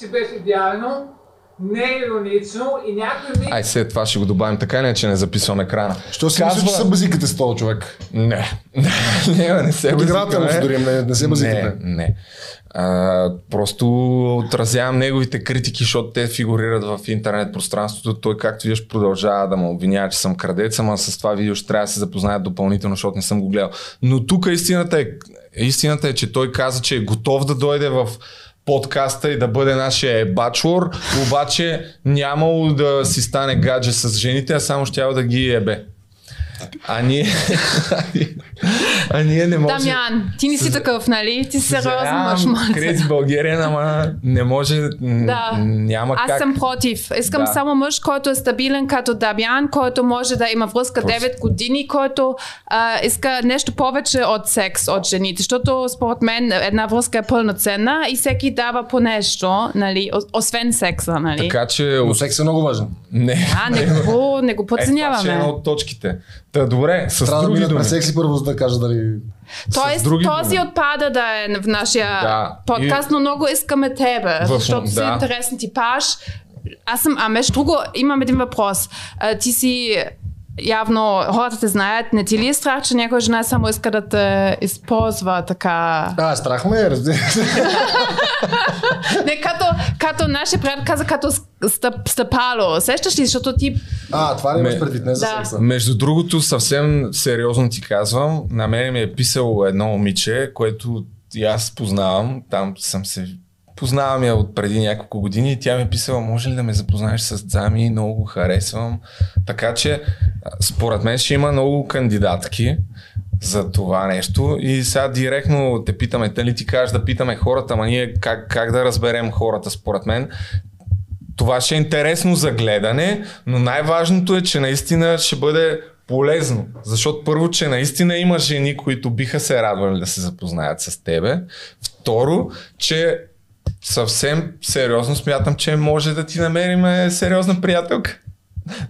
[SPEAKER 9] че беше вярно, не е иронично и някой ми...
[SPEAKER 1] Ай, след това ще го добавим. Така или иначе не записвам екрана.
[SPEAKER 4] Що си мисля, че се базикате с този човек?
[SPEAKER 1] Не. не, бе, не се
[SPEAKER 4] Подигрателност
[SPEAKER 1] базикаме.
[SPEAKER 4] дори, не, не се базикате.
[SPEAKER 1] Не, не. А, просто отразявам неговите критики, защото те фигурират в интернет пространството. Той, както виж, продължава да ме обвинява, че съм крадец, ама с това видео ще трябва да се запознаят допълнително, защото не съм го гледал. Но тук истината е, истината е, че той каза, че е готов да дойде в подкаста и да бъде нашия бачлор, обаче нямало да си стане гадже с жените, а само щял да ги ебе. А ние... а ние не можем...
[SPEAKER 2] Дамян, ти не си такъв, нали? Ти си сериозен мъж, мъж.
[SPEAKER 1] Крис България, ама не може, м,
[SPEAKER 2] Да.
[SPEAKER 1] няма
[SPEAKER 2] Аз
[SPEAKER 1] как.
[SPEAKER 2] съм против. Искам
[SPEAKER 1] Да.
[SPEAKER 2] само мъж, който е стабилен като Дамян, който може да има връзка
[SPEAKER 1] Просто.
[SPEAKER 2] 9 години, който а, иска нещо повече от секс от жените. Защото според мен една връзка е пълноценна и всеки дава по нещо, нали? о- Освен секса, нали?
[SPEAKER 1] Така че...
[SPEAKER 4] Но
[SPEAKER 1] от-
[SPEAKER 4] секс е много важен.
[SPEAKER 1] Не.
[SPEAKER 2] А, не го, не го
[SPEAKER 1] Е, това ще е една
[SPEAKER 2] подценяваме.
[SPEAKER 1] от точките. Та, добре, с
[SPEAKER 4] Трябва да
[SPEAKER 1] други
[SPEAKER 4] мина
[SPEAKER 1] думи.
[SPEAKER 4] през секси първо, за да кажа дали...
[SPEAKER 2] Тоест,
[SPEAKER 1] други
[SPEAKER 2] този
[SPEAKER 1] думи.
[SPEAKER 2] отпада да е в нашия
[SPEAKER 1] Да.
[SPEAKER 2] подкаст, но много искаме тебе,
[SPEAKER 1] В-
[SPEAKER 2] защото си
[SPEAKER 1] да.
[SPEAKER 2] интересен типаж. Аз съм, а между друго, имам един въпрос. А, ти си явно, хората те знаят, не ти ли е страх, че някоя жена само иска да те използва така?
[SPEAKER 4] А, страх ме е, разбира се.
[SPEAKER 2] Не, като, като нашия приятел каза, като с- стъп, стъпало. Сещаш ли, защото ти...
[SPEAKER 4] А, това ли имаш
[SPEAKER 1] Ме-
[SPEAKER 4] предвид, не за
[SPEAKER 2] Да.
[SPEAKER 4] секса.
[SPEAKER 1] Между другото, съвсем сериозно ти казвам, на мен ми е писало едно момиче, което и аз познавам, там съм се познавам я от преди няколко години и тя ми е писала, може ли да ме запознаеш с Дзами, много го харесвам. Така че, а, според мен ще има много кандидатки за това нещо и сега директно те питаме, дали ти кажеш да питаме хората, ма ние как, как да разберем хората според мен, това ще е интересно за гледане, но най-важното е, че наистина ще бъде полезно. Защото първо, че наистина има жени, които биха се радвали да се запознаят с тебе. Второ, че съвсем сериозно смятам, че може да ти намерим е, сериозна приятелка.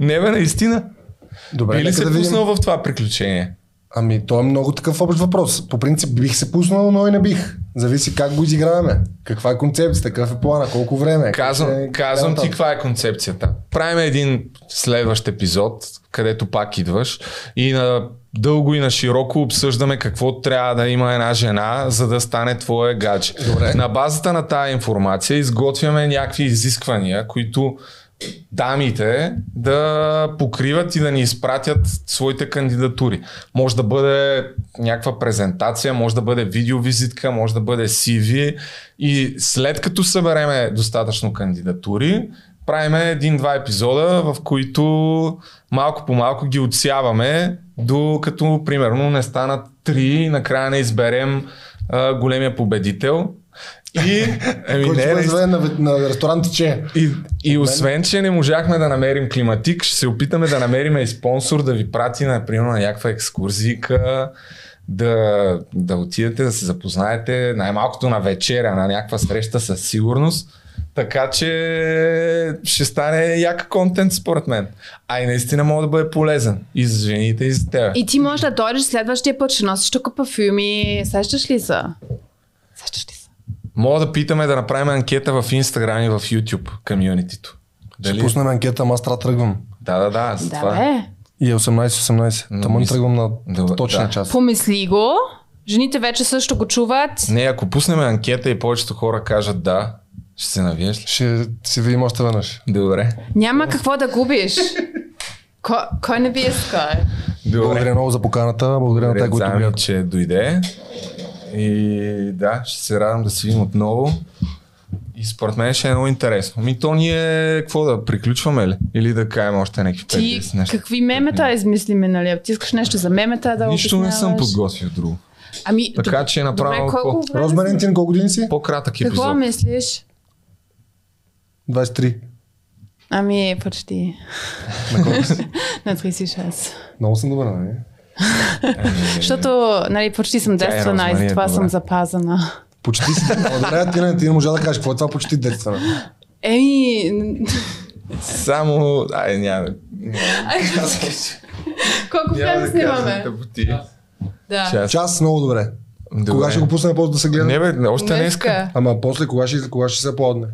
[SPEAKER 1] Не бе, наистина.
[SPEAKER 4] Добре,
[SPEAKER 1] Или
[SPEAKER 4] нека
[SPEAKER 1] се
[SPEAKER 4] да видим.
[SPEAKER 1] пуснал в това приключение.
[SPEAKER 4] Ами, то е много такъв общ въпрос. По принцип бих се пуснал, но и не бих. Зависи как го изиграваме. Каква е концепцията, какъв е плана, колко време. как
[SPEAKER 1] Казвам,
[SPEAKER 4] е-
[SPEAKER 1] казвам ти
[SPEAKER 4] нататък.
[SPEAKER 1] каква е концепцията. Правим един следващ епизод, където пак идваш и на дълго и на широко обсъждаме какво трябва да има една жена, за да стане твое гадже. Добре. На базата на тази информация изготвяме някакви изисквания, които дамите да покриват и да ни изпратят своите кандидатури. Може да бъде някаква презентация, може да бъде видеовизитка, може да бъде CV и след като събереме достатъчно кандидатури, правиме един-два епизода, в които малко по малко ги отсяваме, докато примерно не станат три и накрая не изберем а, големия победител. И, еми,
[SPEAKER 4] Който
[SPEAKER 1] не,
[SPEAKER 4] ще
[SPEAKER 1] не,
[SPEAKER 4] бъде на, на ресторант че.
[SPEAKER 1] и, и освен, че не можахме да намерим климатик, ще се опитаме да намерим и спонсор да ви прати, например, на някаква екскурзийка, да, да отидете, да се запознаете, най-малкото на вечеря, на някаква среща със сигурност. Така че ще стане яка контент според мен. А и наистина мога да бъде полезен и за жените, и за теб.
[SPEAKER 2] И ти можеш да дойдеш следващия път, ще носиш тук парфюми. Сещаш ли се? Сещаш ли се?
[SPEAKER 1] Мога да питаме да направим анкета в Instagram и в YouTube комьюнитито.
[SPEAKER 4] Ще
[SPEAKER 1] Дали?
[SPEAKER 4] пуснем анкета, ама аз трябва да тръгвам.
[SPEAKER 1] Да, да, да, за
[SPEAKER 2] Да,
[SPEAKER 1] това.
[SPEAKER 2] бе.
[SPEAKER 4] И е 18-18.
[SPEAKER 1] Но
[SPEAKER 4] Тама не
[SPEAKER 1] мисля-
[SPEAKER 4] тръгвам на
[SPEAKER 1] Добре,
[SPEAKER 4] точния
[SPEAKER 1] да.
[SPEAKER 4] час.
[SPEAKER 2] Помисли го. Жените вече също го чуват.
[SPEAKER 1] Е, Не, ако пуснем анкета и повечето хора кажат да, ще се навиеш ли?
[SPEAKER 4] Ще си видим още веднъж.
[SPEAKER 1] Добре.
[SPEAKER 2] Няма какво да губиш. Кой, кой не би искал?
[SPEAKER 1] Добре.
[SPEAKER 4] Благодаря много за поканата. Благодаря на е те, които
[SPEAKER 1] Благодаря
[SPEAKER 4] гледат.
[SPEAKER 1] че дойде. И да, ще се радвам да се видим отново. И според мен ще е много интересно. Ми то ние, какво да, приключваме ли? Или да кажем още някакви
[SPEAKER 2] Ти
[SPEAKER 1] 5-10 неща?
[SPEAKER 2] какви мемета измисли миналия? Ти искаш нещо за мемета да
[SPEAKER 1] Е. Нищо не съм
[SPEAKER 2] обясняваш?
[SPEAKER 1] подготвил друго.
[SPEAKER 2] Ами,
[SPEAKER 1] Така че е направо
[SPEAKER 2] добре, колко време?
[SPEAKER 4] Розмарин, ти на колко години си?
[SPEAKER 1] по-кратък епизод.
[SPEAKER 2] Какво мислиш?
[SPEAKER 4] 23.
[SPEAKER 2] Ами, почти. На
[SPEAKER 1] Е,
[SPEAKER 2] 36.
[SPEAKER 4] Много съм добър, нали?
[SPEAKER 2] Защото, нали, почти съм
[SPEAKER 1] Тя е
[SPEAKER 2] детствена и
[SPEAKER 1] Розмари, е
[SPEAKER 2] затова
[SPEAKER 1] добра.
[SPEAKER 2] съм запазена.
[SPEAKER 4] Почти си. Благодаря ти, не, ти не можа да кажеш какво е това почти детствено.
[SPEAKER 2] Еми,
[SPEAKER 1] Само, ай, няма.
[SPEAKER 2] колко
[SPEAKER 1] Няма
[SPEAKER 2] време
[SPEAKER 1] да казвам
[SPEAKER 2] снимаме?
[SPEAKER 1] тъпоти.
[SPEAKER 2] Да.
[SPEAKER 1] Час.
[SPEAKER 4] Час много добре.
[SPEAKER 1] Добре.
[SPEAKER 4] Кога ще го пуснем после да се гледа?
[SPEAKER 1] Не бе, още днеска.
[SPEAKER 2] Днеска.
[SPEAKER 4] Ама после кога ще, кога ще се аплодне?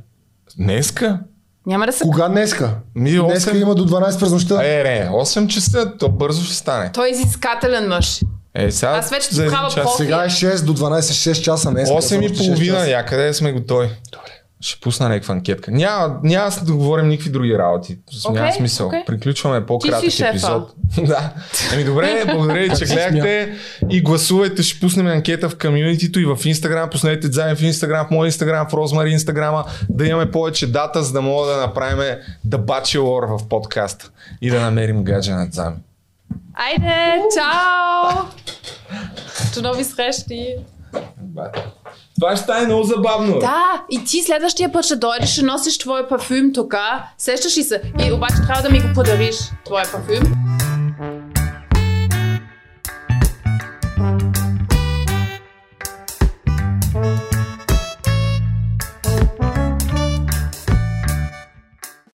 [SPEAKER 1] Днеска?
[SPEAKER 2] Няма да се...
[SPEAKER 4] Кога днеска?
[SPEAKER 1] Ми,
[SPEAKER 4] Днеска
[SPEAKER 1] осем-
[SPEAKER 4] има до 12 през нощта.
[SPEAKER 1] Е, не, 8 часа, то бързо ще стане.
[SPEAKER 2] Той е изискателен мъж.
[SPEAKER 1] Е, сега
[SPEAKER 2] Аз вече ти
[SPEAKER 1] за един
[SPEAKER 2] правя
[SPEAKER 1] час.
[SPEAKER 2] профил.
[SPEAKER 4] Сега е 6 до 12, 6 часа
[SPEAKER 1] 8
[SPEAKER 4] днеска.
[SPEAKER 1] и
[SPEAKER 4] Още шест
[SPEAKER 1] половина
[SPEAKER 4] часа.
[SPEAKER 1] някъде сме готови. Добре. Ще пусна някаква анкетка. Няма, няма да говорим никакви други работи. Няма
[SPEAKER 2] Окей,
[SPEAKER 1] смисъл.
[SPEAKER 2] окей.
[SPEAKER 1] Приключваме по-кратък
[SPEAKER 2] Ти си шефа.
[SPEAKER 1] епизод. да. Еми добре, благодаря ви, че гледахте и гласувайте. Ще пуснем анкета в комьюнитито и в Инстаграм. Пуснете заедно в Инстаграм, в моя Инстаграм, в Розмари Инстаграма. Да имаме повече дата, за да мога да направим The Bachelor в подкаста и да намерим гадже над зами.
[SPEAKER 2] Айде, чао! До нови срещи!
[SPEAKER 1] Това ще стане много забавно.
[SPEAKER 2] Да, и ти следващия път ще дойдеш, ще носиш твой парфюм тук. Сещаш ли се? И обаче трябва да ми го подариш, твой парфюм.